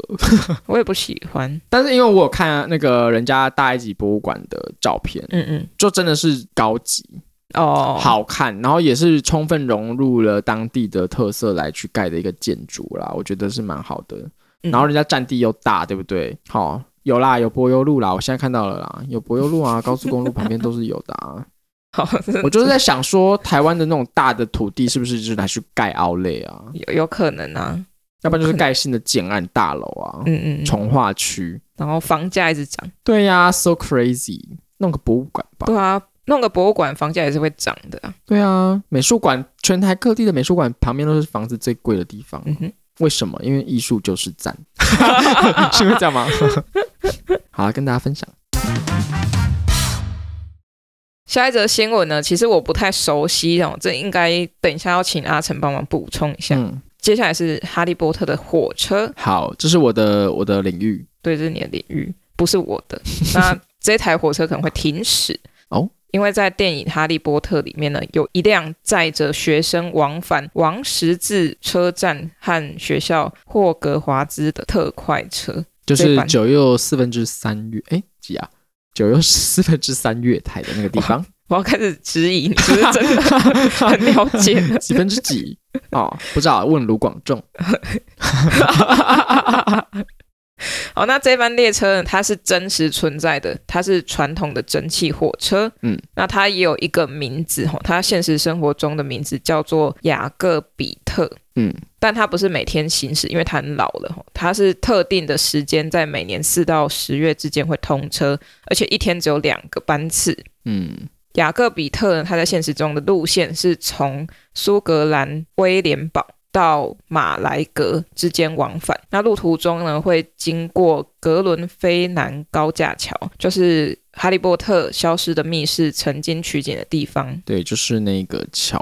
Speaker 1: 我也不喜欢。
Speaker 2: 但是因为我有看那个人家大埃及博物馆的照片，
Speaker 1: 嗯嗯，
Speaker 2: 就真的是高级，
Speaker 1: 哦，，
Speaker 2: 好看，然后也是充分融入了当地的特色来去盖的一个建筑啦，我觉得是蛮好的。
Speaker 1: 嗯
Speaker 2: 然后人家占地又大，对不对？好、有啦，有柏油路啦，我现在看到了啦，有柏油路
Speaker 1: (laughs)
Speaker 2: 啊，高速公路旁边都是有的啊。
Speaker 1: (laughs) 好， (laughs)
Speaker 2: 我就是在想说，台湾的那种大的土地是不是就是拿去盖凹类啊？
Speaker 1: 有有可能啊，
Speaker 2: 要不然就是盖新的建案大楼啊，
Speaker 1: 嗯嗯，嗯
Speaker 2: 从化区。
Speaker 1: 然后房价一直涨，
Speaker 2: 对呀、s o crazy，弄个博物馆吧。
Speaker 1: 对啊，弄个博物馆房价也是会涨的啊、
Speaker 2: 对啊，美术馆，全台各地的美术馆旁边都是房子最贵的地方啊。
Speaker 1: 嗯哼，
Speaker 2: 为什么？因为艺术就是
Speaker 1: (laughs)
Speaker 2: 赞， (laughs) 是因为这样吗？好跟大家分享。
Speaker 1: 下一则新闻呢，其实我不太熟悉哦，这应该等一下要请阿成帮忙补充一下。
Speaker 2: 嗯，
Speaker 1: 接下来是《哈利波特》的火车，
Speaker 2: 好，这是我的我的领域。
Speaker 1: 对，这是你的领域，不是我的。那这台火车可能会停驶
Speaker 2: 哦。
Speaker 1: 因为在电影《哈利波特》里面呢，有一辆载着学生往返王十字车站和学校霍格华兹的特快车，
Speaker 2: 就是
Speaker 1: 这版
Speaker 2: 九又四分之三月，哎，几啊？九又四分之三月台的那个地 (laughs) 方，
Speaker 1: 我要开始质疑你是不是真的很了解了 (laughs)
Speaker 2: 几分之几？哦，不知道，问卢广仲。
Speaker 1: 好，那这班列车呢，它是真实存在的，它是传统的蒸汽火车。
Speaker 2: 嗯，
Speaker 1: 那它也有一个名字哈，它现实生活中的名字叫做雅各比特。
Speaker 2: 嗯，
Speaker 1: 但它不是每天行驶，因为它很老了吼。它是特定的时间，在每年四到十月之间会通车，而且一天只有两个班次。
Speaker 2: 嗯，
Speaker 1: 雅各比特呢，他在现实中的路线是从苏格兰威廉堡到马来格之间往返。那路途中呢，会经过格伦菲南高架桥，就是《哈利波特》消失的密室曾经取景的地方。
Speaker 2: 对，就是那个桥。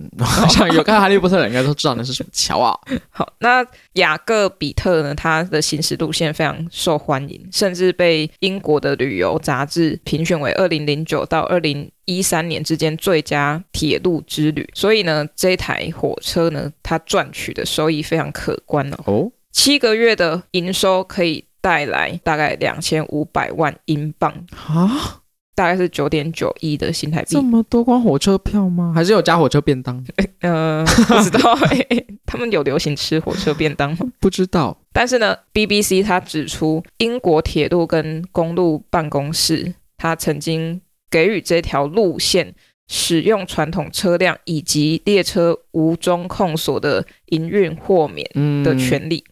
Speaker 2: 嗯 (laughs) 好像有看哈利波特的人应该都知道那是什么桥啊。
Speaker 1: 好，那雅各比特呢？他的行驶路线非常受欢迎，甚至被英国的旅游杂志评选为二零零九到二零一三年之间最佳铁路之旅。所以呢，这一台火车呢，它赚取的收益非常可观哦。
Speaker 2: (laughs) 哦，
Speaker 1: 七个月的营收可以带来大概两千五百万英镑，
Speaker 2: 啊，
Speaker 1: 大概是九点九亿的新台币
Speaker 2: 这。么多光火车票吗？还是有加火车便当？
Speaker 1: 呃，不知道、欸，他们有流行吃火车便当吗？
Speaker 2: 不知道。
Speaker 1: 但是呢，BBC 它指出，英国铁路跟公路办公室，它曾经给予这条路线使用传统车辆以及列车无中控所的营运豁免
Speaker 2: 嗯
Speaker 1: 的权利。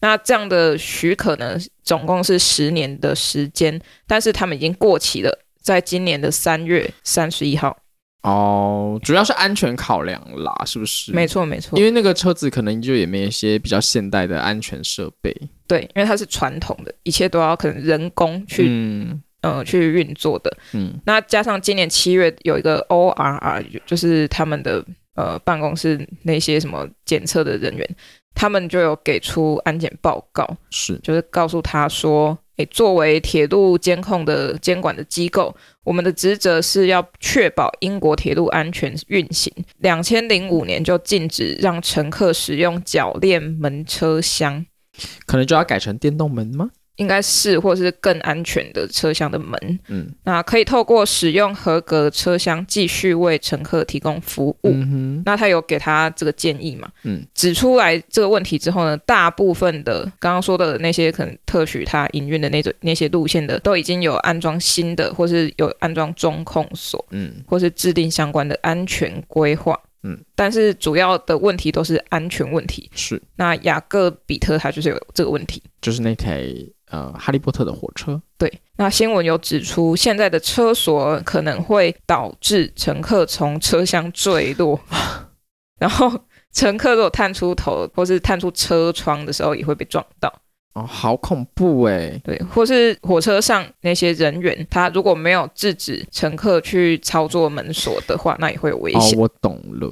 Speaker 1: 那这样的许可呢，总共是十年的时间，但是他们已经过期了，在今年的三月三十一号。
Speaker 2: 哦，主要是安全考量啦，是不是？
Speaker 1: 没错，没错
Speaker 2: 因，为那个车子可能就也没有一些比较现代的安全设备，
Speaker 1: 对，因为它是传统的，一切都要可能人工去、
Speaker 2: 嗯
Speaker 1: 呃去运作的。
Speaker 2: 嗯，
Speaker 1: 那加上今年七月有一个 ORR，就是他们的呃办公室那些什么检测的人员，他们就有给出安检报告，
Speaker 2: 是
Speaker 1: 就是告诉他说，诶，作为铁路监控的监管的机构，我们的职责是要确保英国铁路安全运行。两千零五年就禁止让乘客使用铰链门车厢。
Speaker 2: 可能就要改成电动门吗？
Speaker 1: 应该是，或是更安全的车厢的门，
Speaker 2: 嗯
Speaker 1: 那可以透过使用合格车厢继续为乘客提供服务。
Speaker 2: 嗯哼，
Speaker 1: 那他有给他这个建议嘛？
Speaker 2: 嗯，
Speaker 1: 指出来这个问题之后呢，大部分的刚刚说的那些可能特许他营运的那种那些路线的，都已经有安装新的，或是有安装中控锁，
Speaker 2: 嗯
Speaker 1: 或是制定相关的安全规划。
Speaker 2: 嗯，
Speaker 1: 但是主要的问题都是安全问题。
Speaker 2: 是，
Speaker 1: 那雅各比特他就是有这个问题。
Speaker 2: 就是那台呃哈利波特的火车，
Speaker 1: 对，那新闻有指出，现在的车锁可能会导致乘客从车厢坠
Speaker 2: (laughs)
Speaker 1: 落，然后乘客如果探出头或是探出车窗的时候，也会被撞到。
Speaker 2: 哦，好恐怖哎，
Speaker 1: 对，或是火车上那些人员，他如果没有制止乘客去操作门锁的话，那也会有危
Speaker 2: 哦
Speaker 1: 险。，
Speaker 2: 我懂了。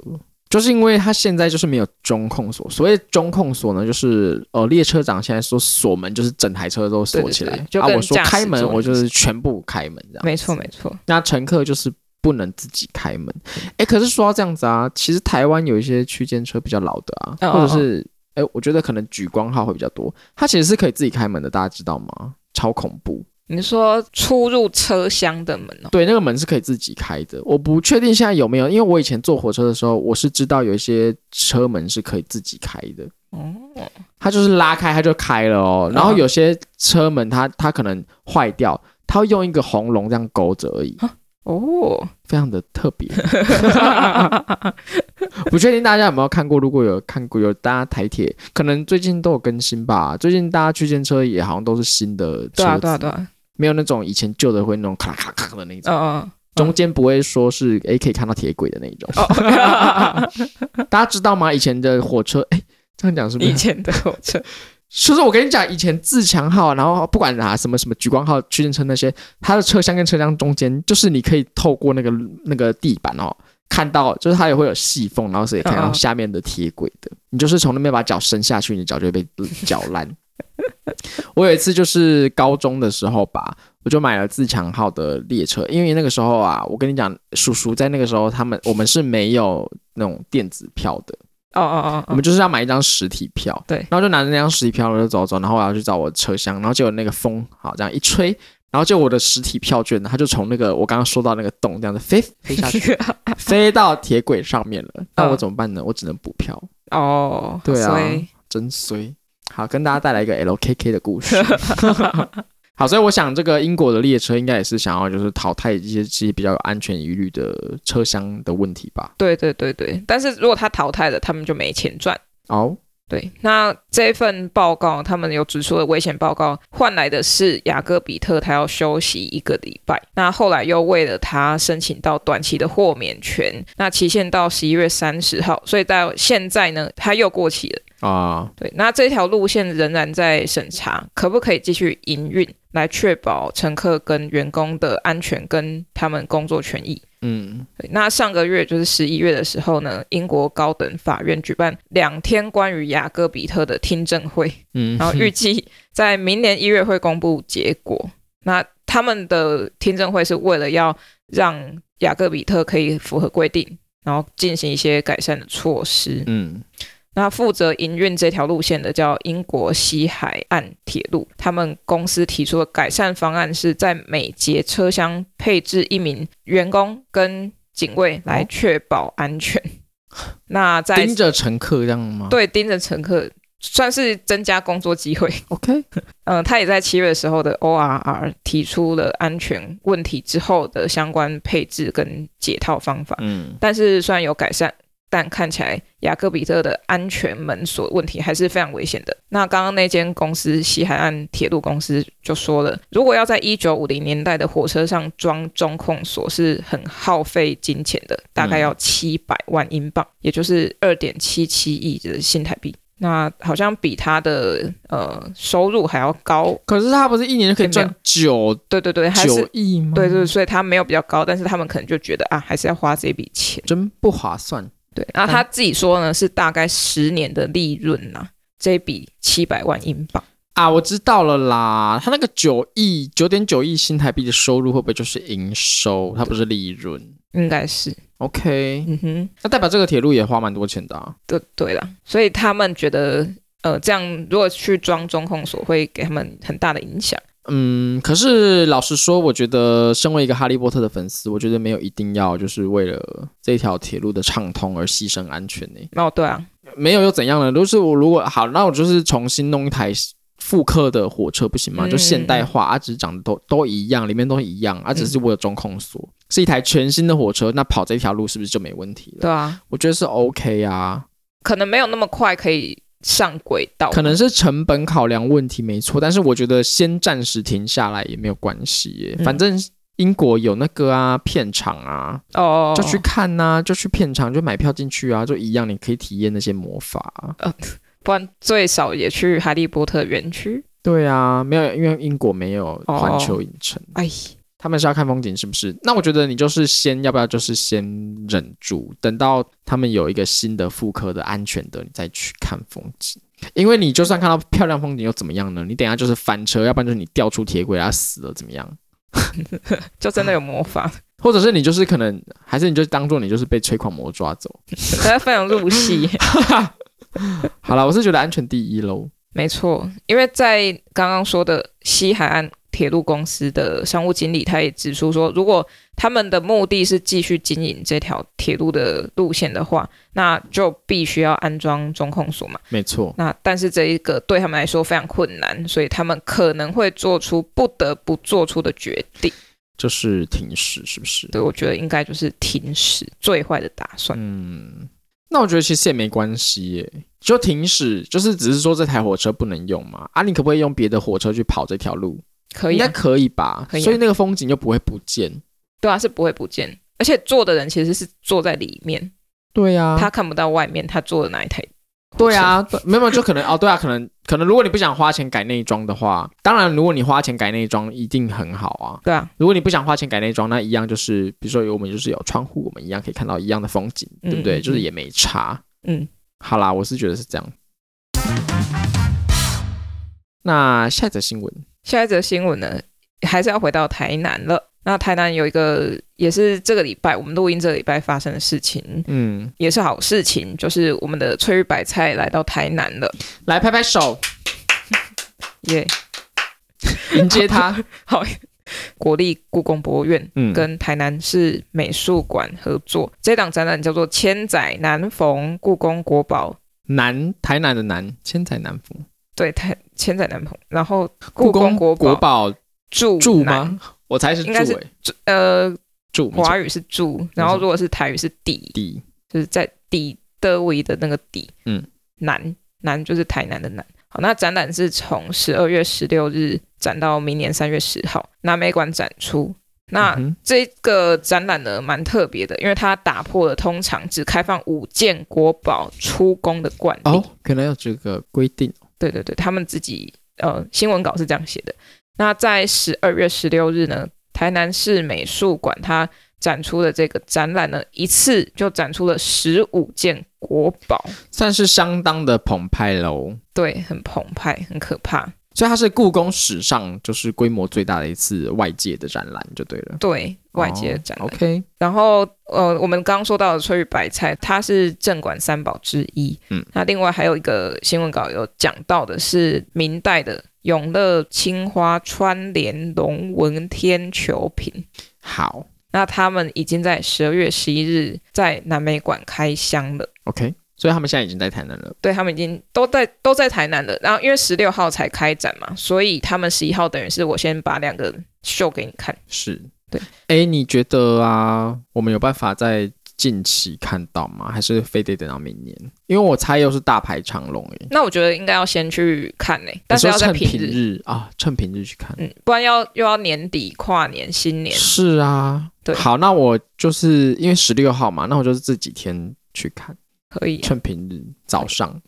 Speaker 2: 就是因为它现在就是没有中控锁，所谓中控锁呢，就是呃列车长现在说锁门就是整台车都锁起来，
Speaker 1: 对对对就
Speaker 2: 啊
Speaker 1: 跟
Speaker 2: 我说
Speaker 1: 驾驶
Speaker 2: 开门
Speaker 1: 座
Speaker 2: 我就
Speaker 1: 一
Speaker 2: 是全部开门这样，
Speaker 1: 没错，没错。
Speaker 2: 那乘客就是不能自己开门。哎，可是说到这样子啊，其实台湾有一些区间车比较老的啊，
Speaker 1: 嗯
Speaker 2: 或者是哎，我觉得可能举光号会比较多，它其实是可以自己开门的，大家知道吗？超恐怖！
Speaker 1: 你说出入车厢的门哦，
Speaker 2: 对，那个门是可以自己开的。我不确定现在有没有，因为我以前坐火车的时候，我是知道有一些车门是可以自己开的。
Speaker 1: 哦，
Speaker 2: 它就是拉开它就开了哦。然后有些车门它它可能坏掉，它会用一个红龙这样勾着而已， (laughs)
Speaker 1: 哦，
Speaker 2: 非常的特别。不确定大家有没有看过，如果有看过，有大家台铁可能最近都有更新吧。最近大家区间车也好像都是新的车子，
Speaker 1: 对啊，对啊，对啊，
Speaker 2: 没有那种以前旧的会那种咔啦咔啦咔啦的那种。
Speaker 1: 嗯嗯，
Speaker 2: 中间不会说是诶可以看到铁轨的那一种，
Speaker 1: 哦，
Speaker 2: (laughs)
Speaker 1: (laughs)
Speaker 2: 大家知道吗？以前的火车，诶，这样讲是不是
Speaker 1: 以？前的火车，
Speaker 2: 就是我跟你讲，以前自强号，然后不管哪什么什么莒光号、区间车那些，它的车厢跟车厢中间，就是你可以透过那个那个地板哦，看到就是它也会有细缝，然后是也看
Speaker 1: 嗯
Speaker 2: 到
Speaker 1: 嗯
Speaker 2: 下面的铁轨的。你就是从那边把脚伸下去，你的脚就会被绞烂。我有一次就是高中的时候吧，我就买了自强号的列车，因为那个时候啊，我跟你讲，叔叔在那个时候他们我们是没有那种电子票的。
Speaker 1: 哦哦哦
Speaker 2: 我
Speaker 1: 哦
Speaker 2: 们，就是要买一张实体票，
Speaker 1: 对
Speaker 2: 然后就拿着那张实体票，我就走走，然后我要去找我的车厢，然后结果那个风好这样一吹，然后就我的实体票券，它就从那个我刚刚说到那个洞这样子飞飞下去， (laughs) 飞到铁轨上面了，那
Speaker 1: 嗯
Speaker 2: 我怎么办呢？我只能补票，
Speaker 1: (laughs) 哦，
Speaker 2: 对啊
Speaker 1: 所以
Speaker 2: 真衰。好，跟大家带来一个 LKK 的
Speaker 1: (laughs)
Speaker 2: 故事。 (laughs) 好，所以我想这个英国的列车应该也是想要就是淘汰一些这些比较有安全疑虑的车厢的问题吧？
Speaker 1: 对对对对，但是如果他淘汰了，他们就没钱赚。
Speaker 2: 哦，
Speaker 1: 对，那这份报告他们有指出的危险报告，换来的是雅各比特他要休息一个礼拜。那后来又为了他申请到短期的豁免权，那期限到十一月三十号，所以到现在呢，他又过期了。
Speaker 2: 啊，
Speaker 1: 对，那这条路线仍然在审查可不可以继续营运，来确保乘客跟员工的安全跟他们工作权益。
Speaker 2: 嗯，
Speaker 1: 对那上个月就是十一月的时候呢，英国高等法院举办两天关于雅各比特的听证会，
Speaker 2: 嗯，
Speaker 1: 然后预计在明年一月会公布结果。那他们的听证会是为了要让雅各比特可以符合规定，然后进行一些改善的措施。
Speaker 2: 嗯
Speaker 1: 那负责营运这条路线的叫英国西海岸铁路，他们公司提出的改善方案是在每节车厢配置一名员工跟警卫来确保安
Speaker 2: (laughs)
Speaker 1: 全。那在
Speaker 2: 哦盯着乘客这样吗？
Speaker 1: 对盯着乘客，算是增加工作机会。
Speaker 2: ，OK，
Speaker 1: 嗯，他也在七月的时候的 ORR 提出了安全问题之后的相关配置跟解套方法。
Speaker 2: 嗯
Speaker 1: 但是虽然有改善，但看起来雅各比特的安全门锁问题还是非常危险的。那刚刚那间公司西海岸铁路公司就说了，如果要在一九五零年代的火车上装中控锁是很耗费金钱的，大概要七百万英镑，也就是二点七七亿的新台币。那好像比他的呃收入还要高，
Speaker 2: 可是他不是一年就可以赚九
Speaker 1: 对对对，还是
Speaker 2: 九亿吗？
Speaker 1: 对对，，所以他没有比较高，但是他们可能就觉得啊，还是要花这笔钱。
Speaker 2: 真不划算。
Speaker 1: 对，那
Speaker 2: 嗯
Speaker 1: 他自己说呢，是大概十年的利润呐、这一笔七百万英镑。
Speaker 2: 啊，我知道了啦，他那个九亿九点九亿新台币的收入会不会就是营收？它不是利润
Speaker 1: 应该是，
Speaker 2: ？OK，
Speaker 1: 嗯哼，
Speaker 2: 那代表这个铁路也花蛮多钱的啊。
Speaker 1: 对对了，所以他们觉得，呃，这样如果去装中控锁，会给他们很大的影响。
Speaker 2: 嗯，可是老实说，我觉得身为一个哈利波特的粉丝，我觉得没有一定要就是为了这条铁路的畅通而牺牲安全呢、
Speaker 1: 哦，对啊，
Speaker 2: 没有又怎样呢？就是我如果好，那我就是重新弄一台复刻的火车不行吗？
Speaker 1: 嗯
Speaker 2: 就现代化，啊，只是长得都都一样，里面都一样，啊，只是我有中控锁，是一台全新的火车，那跑这条路是不是就没问题了？
Speaker 1: 对啊，
Speaker 2: 我觉得是 OK 啊，
Speaker 1: 可能没有那么快可以上轨道，
Speaker 2: 可能是成本考量问题没错，但是我觉得先暂时停下来也没有关系耶，
Speaker 1: 嗯
Speaker 2: 反正。英国有那个啊片场啊，
Speaker 1: 哦，
Speaker 2: 就去看呐、就去片场，就买票进去啊，就一样，你可以体验那些魔法啊。
Speaker 1: 不然最少也去哈利波特园区。
Speaker 2: 对啊，没有，因为英国没有
Speaker 1: 哦
Speaker 2: 环球影城，
Speaker 1: 哎，
Speaker 2: 他们是要看风景，是不是？那我觉得你就是先，要不要就是先忍住，等到他们有一个新的复刻的安全的，你再去看风景。因为你就算看到漂亮风景又怎么样呢？你等一下就是翻车，要不然就是你掉出铁轨啊死了怎么样？
Speaker 1: 就真的有魔
Speaker 2: (laughs)
Speaker 1: 法，
Speaker 2: 或者是你就是可能，还是你就当做你就是被吹狂魔抓走。
Speaker 1: 他非常入戏。
Speaker 2: 好了，我是觉得安全第一喽。
Speaker 1: 没错，因为在刚刚说的西海岸铁路公司的商务经理，他也指出说，如果他们的目的是继续经营这条铁路的路线的话，那就必须要安装中控锁嘛。
Speaker 2: 没错，
Speaker 1: 那但是这一个对他们来说非常困难，所以他们可能会做出不得不做出的决定。
Speaker 2: 就是停驶，是不是？
Speaker 1: 对，我觉得应该就是停驶最坏的打算。
Speaker 2: 嗯，那我觉得其实也没关系耶，就停驶，就是只是说这台火车不能用嘛。啊，你可不可以用别的火车去跑这条路？
Speaker 1: 可以、
Speaker 2: 应该
Speaker 1: 啊，
Speaker 2: 可以吧？
Speaker 1: 可以啊
Speaker 2: 所以那个风景就不会不见。
Speaker 1: 对啊，是不会不见，而且坐的人其实是坐在里面，
Speaker 2: 对啊，
Speaker 1: 他看不到外面他坐的那一台。
Speaker 2: 对啊，对没有没有就可能哦，对啊，可能可能如果你不想花钱改内装的话，当然如果你花钱改内装一定很好啊。
Speaker 1: 对啊，
Speaker 2: 如果你不想花钱改内装，那一样就是，比如说有我们就是有窗户，我们一样可以看到一样的风景，对不对？
Speaker 1: 嗯
Speaker 2: 就是也没差。
Speaker 1: 嗯，
Speaker 2: 好啦，我是觉得是这样。那下一则新闻，
Speaker 1: 下一则新闻呢，还是要回到台南了。那台南有一个也是这个礼拜我们录音这个礼拜发生的事情，
Speaker 2: 嗯，
Speaker 1: 也是好事情，就是我们的翠玉白菜来到台南了，
Speaker 2: 来拍
Speaker 1: (laughs)
Speaker 2: 拍手，
Speaker 1: 耶、
Speaker 2: 迎接 (laughs) 他。
Speaker 1: 国立故宫博物院
Speaker 2: 嗯，
Speaker 1: 跟台南市美术馆合作，这档展览叫做《千载难逢故宫国宝》，
Speaker 2: 南台南的南，千载难逢，
Speaker 1: 对，台千载难逢，然后
Speaker 2: 故宫
Speaker 1: 国
Speaker 2: 国
Speaker 1: 宝
Speaker 2: 宝
Speaker 1: 驻
Speaker 2: 住
Speaker 1: 南？
Speaker 2: 吗？我猜是住、
Speaker 1: 应该是
Speaker 2: 欸，
Speaker 1: 驻呃，
Speaker 2: 住没错
Speaker 1: 华语是驻，然后如果是台语是底，
Speaker 2: 地，
Speaker 1: 就是在底的位的那个底，
Speaker 2: 嗯，
Speaker 1: 南南就是台南的南。好，那展览是从十二月十六日展到明年三月十号，南美馆展出。那
Speaker 2: 嗯哼
Speaker 1: 这个展览呢，蛮特别的，因为它打破了通常只开放五件国宝出宫的惯例。
Speaker 2: 哦，可能有这个规定。哦
Speaker 1: 对对对，他们自己呃新闻稿是这样写的。那在十二月十六日呢，台南市美术馆它展出的这个展览呢，一次就展出了十五件国宝，
Speaker 2: 算是相当的澎湃喽。
Speaker 1: 对，很澎湃，很可怕。
Speaker 2: 所以它是故宫史上就是规模最大的一次外界的展览，就对了。
Speaker 1: 对外界的展
Speaker 2: 哦
Speaker 1: 览。
Speaker 2: OK，
Speaker 1: 然后呃，我们刚刚说到的翠玉白菜，它是镇馆三宝之一。
Speaker 2: 嗯，
Speaker 1: 那另外还有一个新闻稿有讲到的是明代的永乐青花川莲龙纹天球瓶。
Speaker 2: 好
Speaker 1: 那他们已经在十二月十一日在南美馆开箱了，
Speaker 2: ，OK。所以他们现在已经在台南了。
Speaker 1: 对他们已经都在都在台南了。然后因为十六号才开展嘛，所以他们十一号等于是我先把两个秀给你看。
Speaker 2: 是，
Speaker 1: 对。
Speaker 2: 哎，你觉得啊，我们有办法在近期看到吗？还是非得等到明年？因为我猜又是大排长龙哎。
Speaker 1: 那我觉得应该要先去看嘞、但是要
Speaker 2: 你
Speaker 1: 在
Speaker 2: 说趁
Speaker 1: 平
Speaker 2: 平日啊，趁平日去看。
Speaker 1: 嗯，不然要又要年底跨年新年，
Speaker 2: 是啊，
Speaker 1: 对
Speaker 2: 好，那我就是因为十六号嘛，那我就是这几天去看，
Speaker 1: 可以啊、
Speaker 2: 趁平日早
Speaker 1: (laughs)
Speaker 2: 上。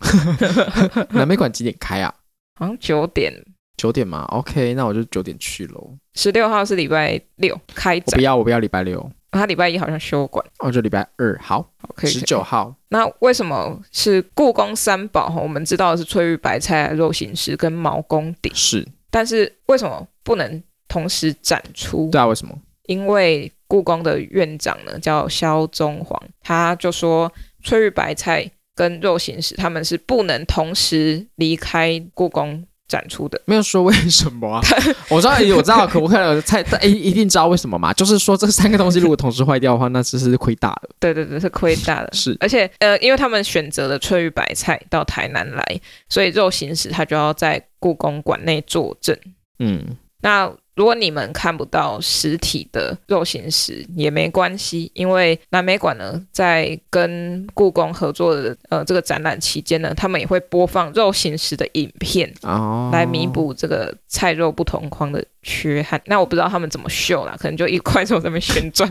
Speaker 2: (laughs) 南美馆几点开啊？
Speaker 1: 好像九点
Speaker 2: 九点吗？OK，那我就九点去喽。
Speaker 1: 十六号是礼拜六开
Speaker 2: 我不
Speaker 1: 展，
Speaker 2: 要，我不要礼拜六，
Speaker 1: 他礼拜一好像休馆，
Speaker 2: 哦，就礼拜二。好，
Speaker 1: 好可以。
Speaker 2: 十九号
Speaker 1: 那为什么是故宫三宝？我们知道的是翠玉白菜、肉形石跟毛公鼎。
Speaker 2: 是，
Speaker 1: 但是为什么不能同时展出？
Speaker 2: 对啊，为什么？
Speaker 1: 因为故宫的院长呢叫萧宗煌，他就说翠玉白菜跟肉形石他们是不能同时离开故宫展出的。
Speaker 2: 没有说为什
Speaker 1: (laughs)
Speaker 2: 么啊？我知道，我知道，可不可能猜？但一一定知道为什么嘛？就是说这三个东西如果同时坏掉的话，那这是亏大了。
Speaker 1: 对对对，是亏大的。
Speaker 2: 是
Speaker 1: (laughs) 而且呃，因为他们选择了翠玉白菜到台南来，所以肉形石它就要在故宫馆内坐镇。
Speaker 2: 嗯，
Speaker 1: 那如果你们看不到实体的肉形石也没关系，因为南美馆呢在跟故宫合作的呃这个展览期间呢，他们也会播放肉形石的影片。
Speaker 2: 哦，
Speaker 1: 来弥补这个菜肉不同框的缺憾。那我不知道他们怎么秀啦，可能就一块手在那边旋转。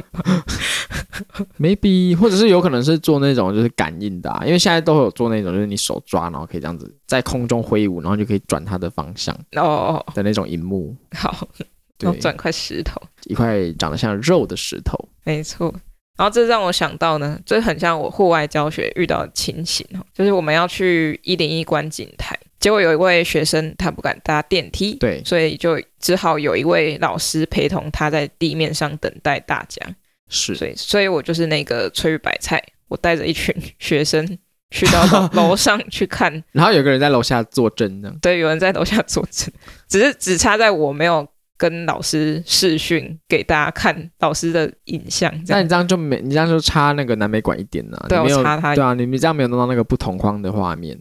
Speaker 2: maybe，或者是有可能是做那种就是感应的、啊，因为现在都有做那种就是你手抓，然后可以这样子在空中挥舞，然后就可以转它的方向
Speaker 1: 哦，
Speaker 2: 的那种荧幕。
Speaker 1: 好，然
Speaker 2: 对
Speaker 1: 后，哦转块石头。
Speaker 2: 一块长得像肉的石头。
Speaker 1: 没错。然后这让我想到呢，这很像我户外教学遇到的情形哦，就是我们要去一零一观景台，结果有一位学生他不敢搭电梯，
Speaker 2: 对
Speaker 1: 所以就只好有一位老师陪同他在地面上等待大家。
Speaker 2: 是
Speaker 1: 所以，所以我就是那个翠玉白菜，我带着一群学生去到楼楼上去看，
Speaker 2: 然后有个人在楼下坐镇呢。
Speaker 1: 对，有人在楼下坐着，只是只差在我没有跟老师视讯给大家看老师的影像，这
Speaker 2: 那
Speaker 1: 样
Speaker 2: 你这样就没，你这样就差那个南美馆一点呢、
Speaker 1: 对
Speaker 2: 你没有
Speaker 1: 我差它一
Speaker 2: 对啊，你们这样没有弄到那个不同框的画面。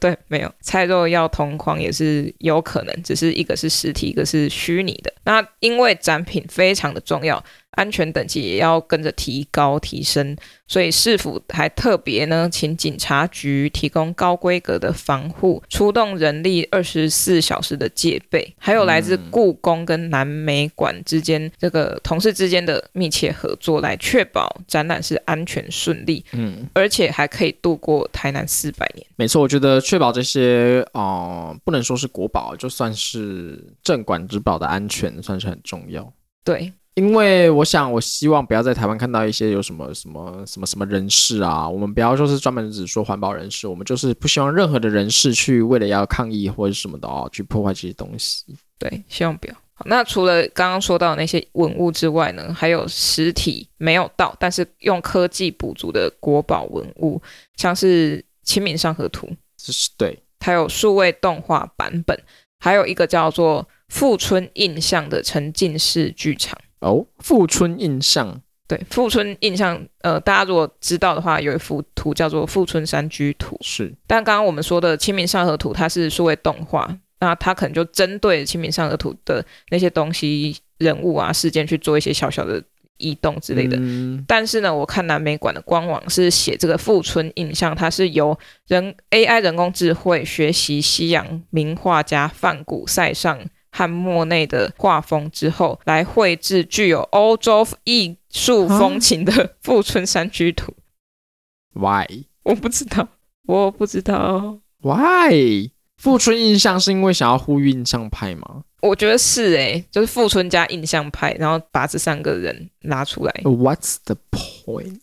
Speaker 1: 对，没有菜肉要同框也是有可能，只是一个是实体，一个是虚拟的。那因为展品非常的重要，安全等级也要跟着提高提升，所以市府还特别呢，请警察局提供高规格的防护，出动人力二十四小时的戒备，还有来自故宫跟南美馆之间、这个同事之间的密切合作，来确保展览是安全顺利，
Speaker 2: 嗯，
Speaker 1: 而且还可以度过台南四百年。
Speaker 2: 没错，我觉得确保这些哦、呃不能说是国宝，就算是镇馆之宝的安全，算是很重要。
Speaker 1: 对，
Speaker 2: 因为我想，我希望不要在台湾看到一些有什么什么什么什么人士啊，我们不要就是专门只说环保人士，我们就是不希望任何的人士去为了要抗议或者什么的哦，去破坏这些东西。
Speaker 1: 对，希望不要。好，那除了刚刚说到的那些文物之外呢，还有实体没有到，但是用科技补足的国宝文物，像是《清明上河图》，
Speaker 2: 就是对，
Speaker 1: 还有数位动画版本，还有一个叫做《富春印象》的沉浸式剧场。
Speaker 2: 哦，富春印象
Speaker 1: 对，《富春印象》呃，大家如果知道的话，有一幅图叫做《富春山居图》，
Speaker 2: 是
Speaker 1: 但刚刚我们说的《清明上河图》，它是数位动画，那它可能就针对《清明上河图》的那些东西、人物啊、事件去做一些小小的移动之类的。
Speaker 2: 嗯
Speaker 1: 但是呢，我看南美馆的官网是写这个富春印象，它是由人 AI 人工智慧学习西洋名画家梵谷塞尚和莫内的画风之后，来绘制具有欧洲艺术风情 (laughs) 的富春山居图。
Speaker 2: Why
Speaker 1: 我不知道，我不知道，
Speaker 2: Why？富春印象是因为想要呼吁印象派吗
Speaker 1: 我觉得是诶、就是富春加印象派，然后把这三个人拉出
Speaker 2: 哦
Speaker 1: 来，
Speaker 2: ？What's the point？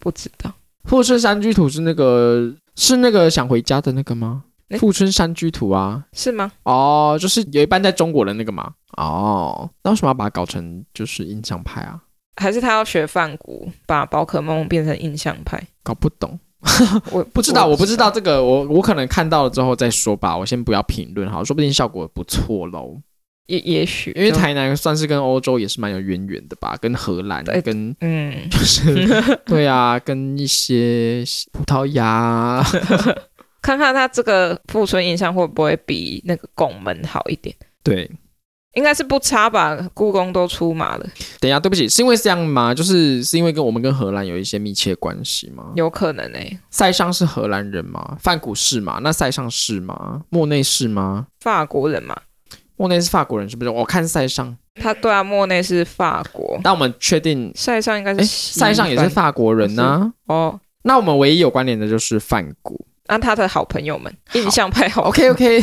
Speaker 1: 不知道。
Speaker 2: 富春山居图是那个是那个想回家的那个吗？
Speaker 1: 诶
Speaker 2: 富春山居图啊，
Speaker 1: 是吗？
Speaker 2: 哦，就是有一半在中国的那个嘛。哦，那为什么要把它搞成就是印象派啊？
Speaker 1: 还是他要学范谷，把宝可梦变成印象派？
Speaker 2: 搞不懂，
Speaker 1: 我
Speaker 2: 不知 (laughs) 道，我不知道。这个，我我可能看到了之后再说吧，我先不要评论好，说不定效果不错喽。
Speaker 1: 也也许
Speaker 2: 因为
Speaker 1: 就
Speaker 2: 台南算是跟欧洲也是蛮有渊源的吧，跟荷兰
Speaker 1: 对，
Speaker 2: 跟
Speaker 1: 嗯， (laughs)
Speaker 2: (laughs) 就是对啊，跟一些葡萄牙，
Speaker 1: 看看他这个富春印象会不会比那个拱门好一点？
Speaker 2: 对，
Speaker 1: 应该是不差吧，故宫都出马了，
Speaker 2: 等一下，对不起，是因为这样吗？就是是因为跟我们跟荷兰有一些密切关系吗？
Speaker 1: 有可能哎、
Speaker 2: 塞尚是荷兰人吗？范古是吗？那塞尚是吗？莫内是吗？
Speaker 1: 法国人嘛，
Speaker 2: 莫内是法国人是不是？我看塞尚，
Speaker 1: 他对啊，莫内是法国，
Speaker 2: 那我们确
Speaker 1: (laughs)
Speaker 2: 定，
Speaker 1: 塞尚应该
Speaker 2: 哎，
Speaker 1: 是西
Speaker 2: 塞尚也是
Speaker 1: 班
Speaker 2: 法国人呢、啊
Speaker 1: 哦。
Speaker 2: 那我们唯一有关联的就是范古。
Speaker 1: 那他的好朋友们，印象派好
Speaker 2: OK OK，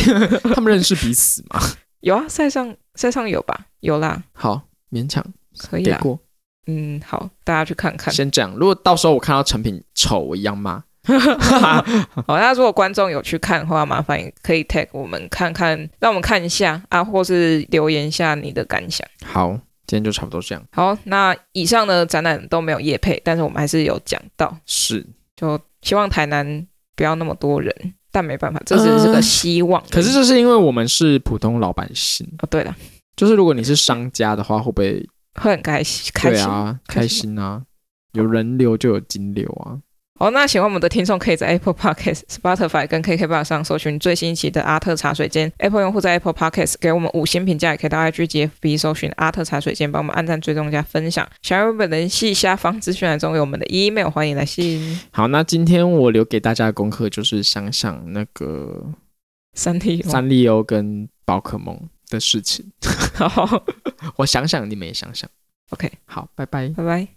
Speaker 2: 他 (laughs) 们认识彼此吗？
Speaker 1: 有啊，塞尚塞尚有吧？有啦，
Speaker 2: 好，勉强
Speaker 1: 可以
Speaker 2: 给
Speaker 1: 啦。
Speaker 2: 过。
Speaker 1: 嗯，好，大家去看看。
Speaker 2: (laughs) 先这样，如果到时候我看到成品丑，我一样骂。
Speaker 1: 好，那如果观众有去看的话，麻烦也可以 tag 我们看看，让我们看一下啊，或是留言一下你的感想。
Speaker 2: 好，今天就差不多这样。
Speaker 1: 好，那以上的展览都没有业配，但是我们还是有讲到，
Speaker 2: 是，
Speaker 1: 就希望台南不要那么多人，但没办法，这只是个希望而已。
Speaker 2: 呃可是这是因为我们是普通老百姓，
Speaker 1: 哦，对了，
Speaker 2: 就是如果你是商家的话，会不会
Speaker 1: 会很开心，开
Speaker 2: 对
Speaker 1: 心。
Speaker 2: 啊，
Speaker 1: 开
Speaker 2: 开
Speaker 1: 心
Speaker 2: 心啊，有人流就有金流啊。
Speaker 1: 好，哦那喜欢我们的听众可以在 Apple Podcast、Spotify 跟 KKBox 上搜寻最新一期的阿特茶水间。Apple 用户在 Apple Podcast 给我们五星评价，也可以到 IG 及 FB 搜寻阿特茶水间，帮我们按赞、追踪加分享。想要本人系下方资讯栏中有我们的 email，欢迎来信。
Speaker 2: 好，那今天我留给大家的功课就是想想那个
Speaker 1: 三 D
Speaker 2: 三丽鸥跟宝可梦的事情。
Speaker 1: 好，
Speaker 2: 我想想，你们也想想。
Speaker 1: OK
Speaker 2: 好，拜拜。
Speaker 1: 拜拜。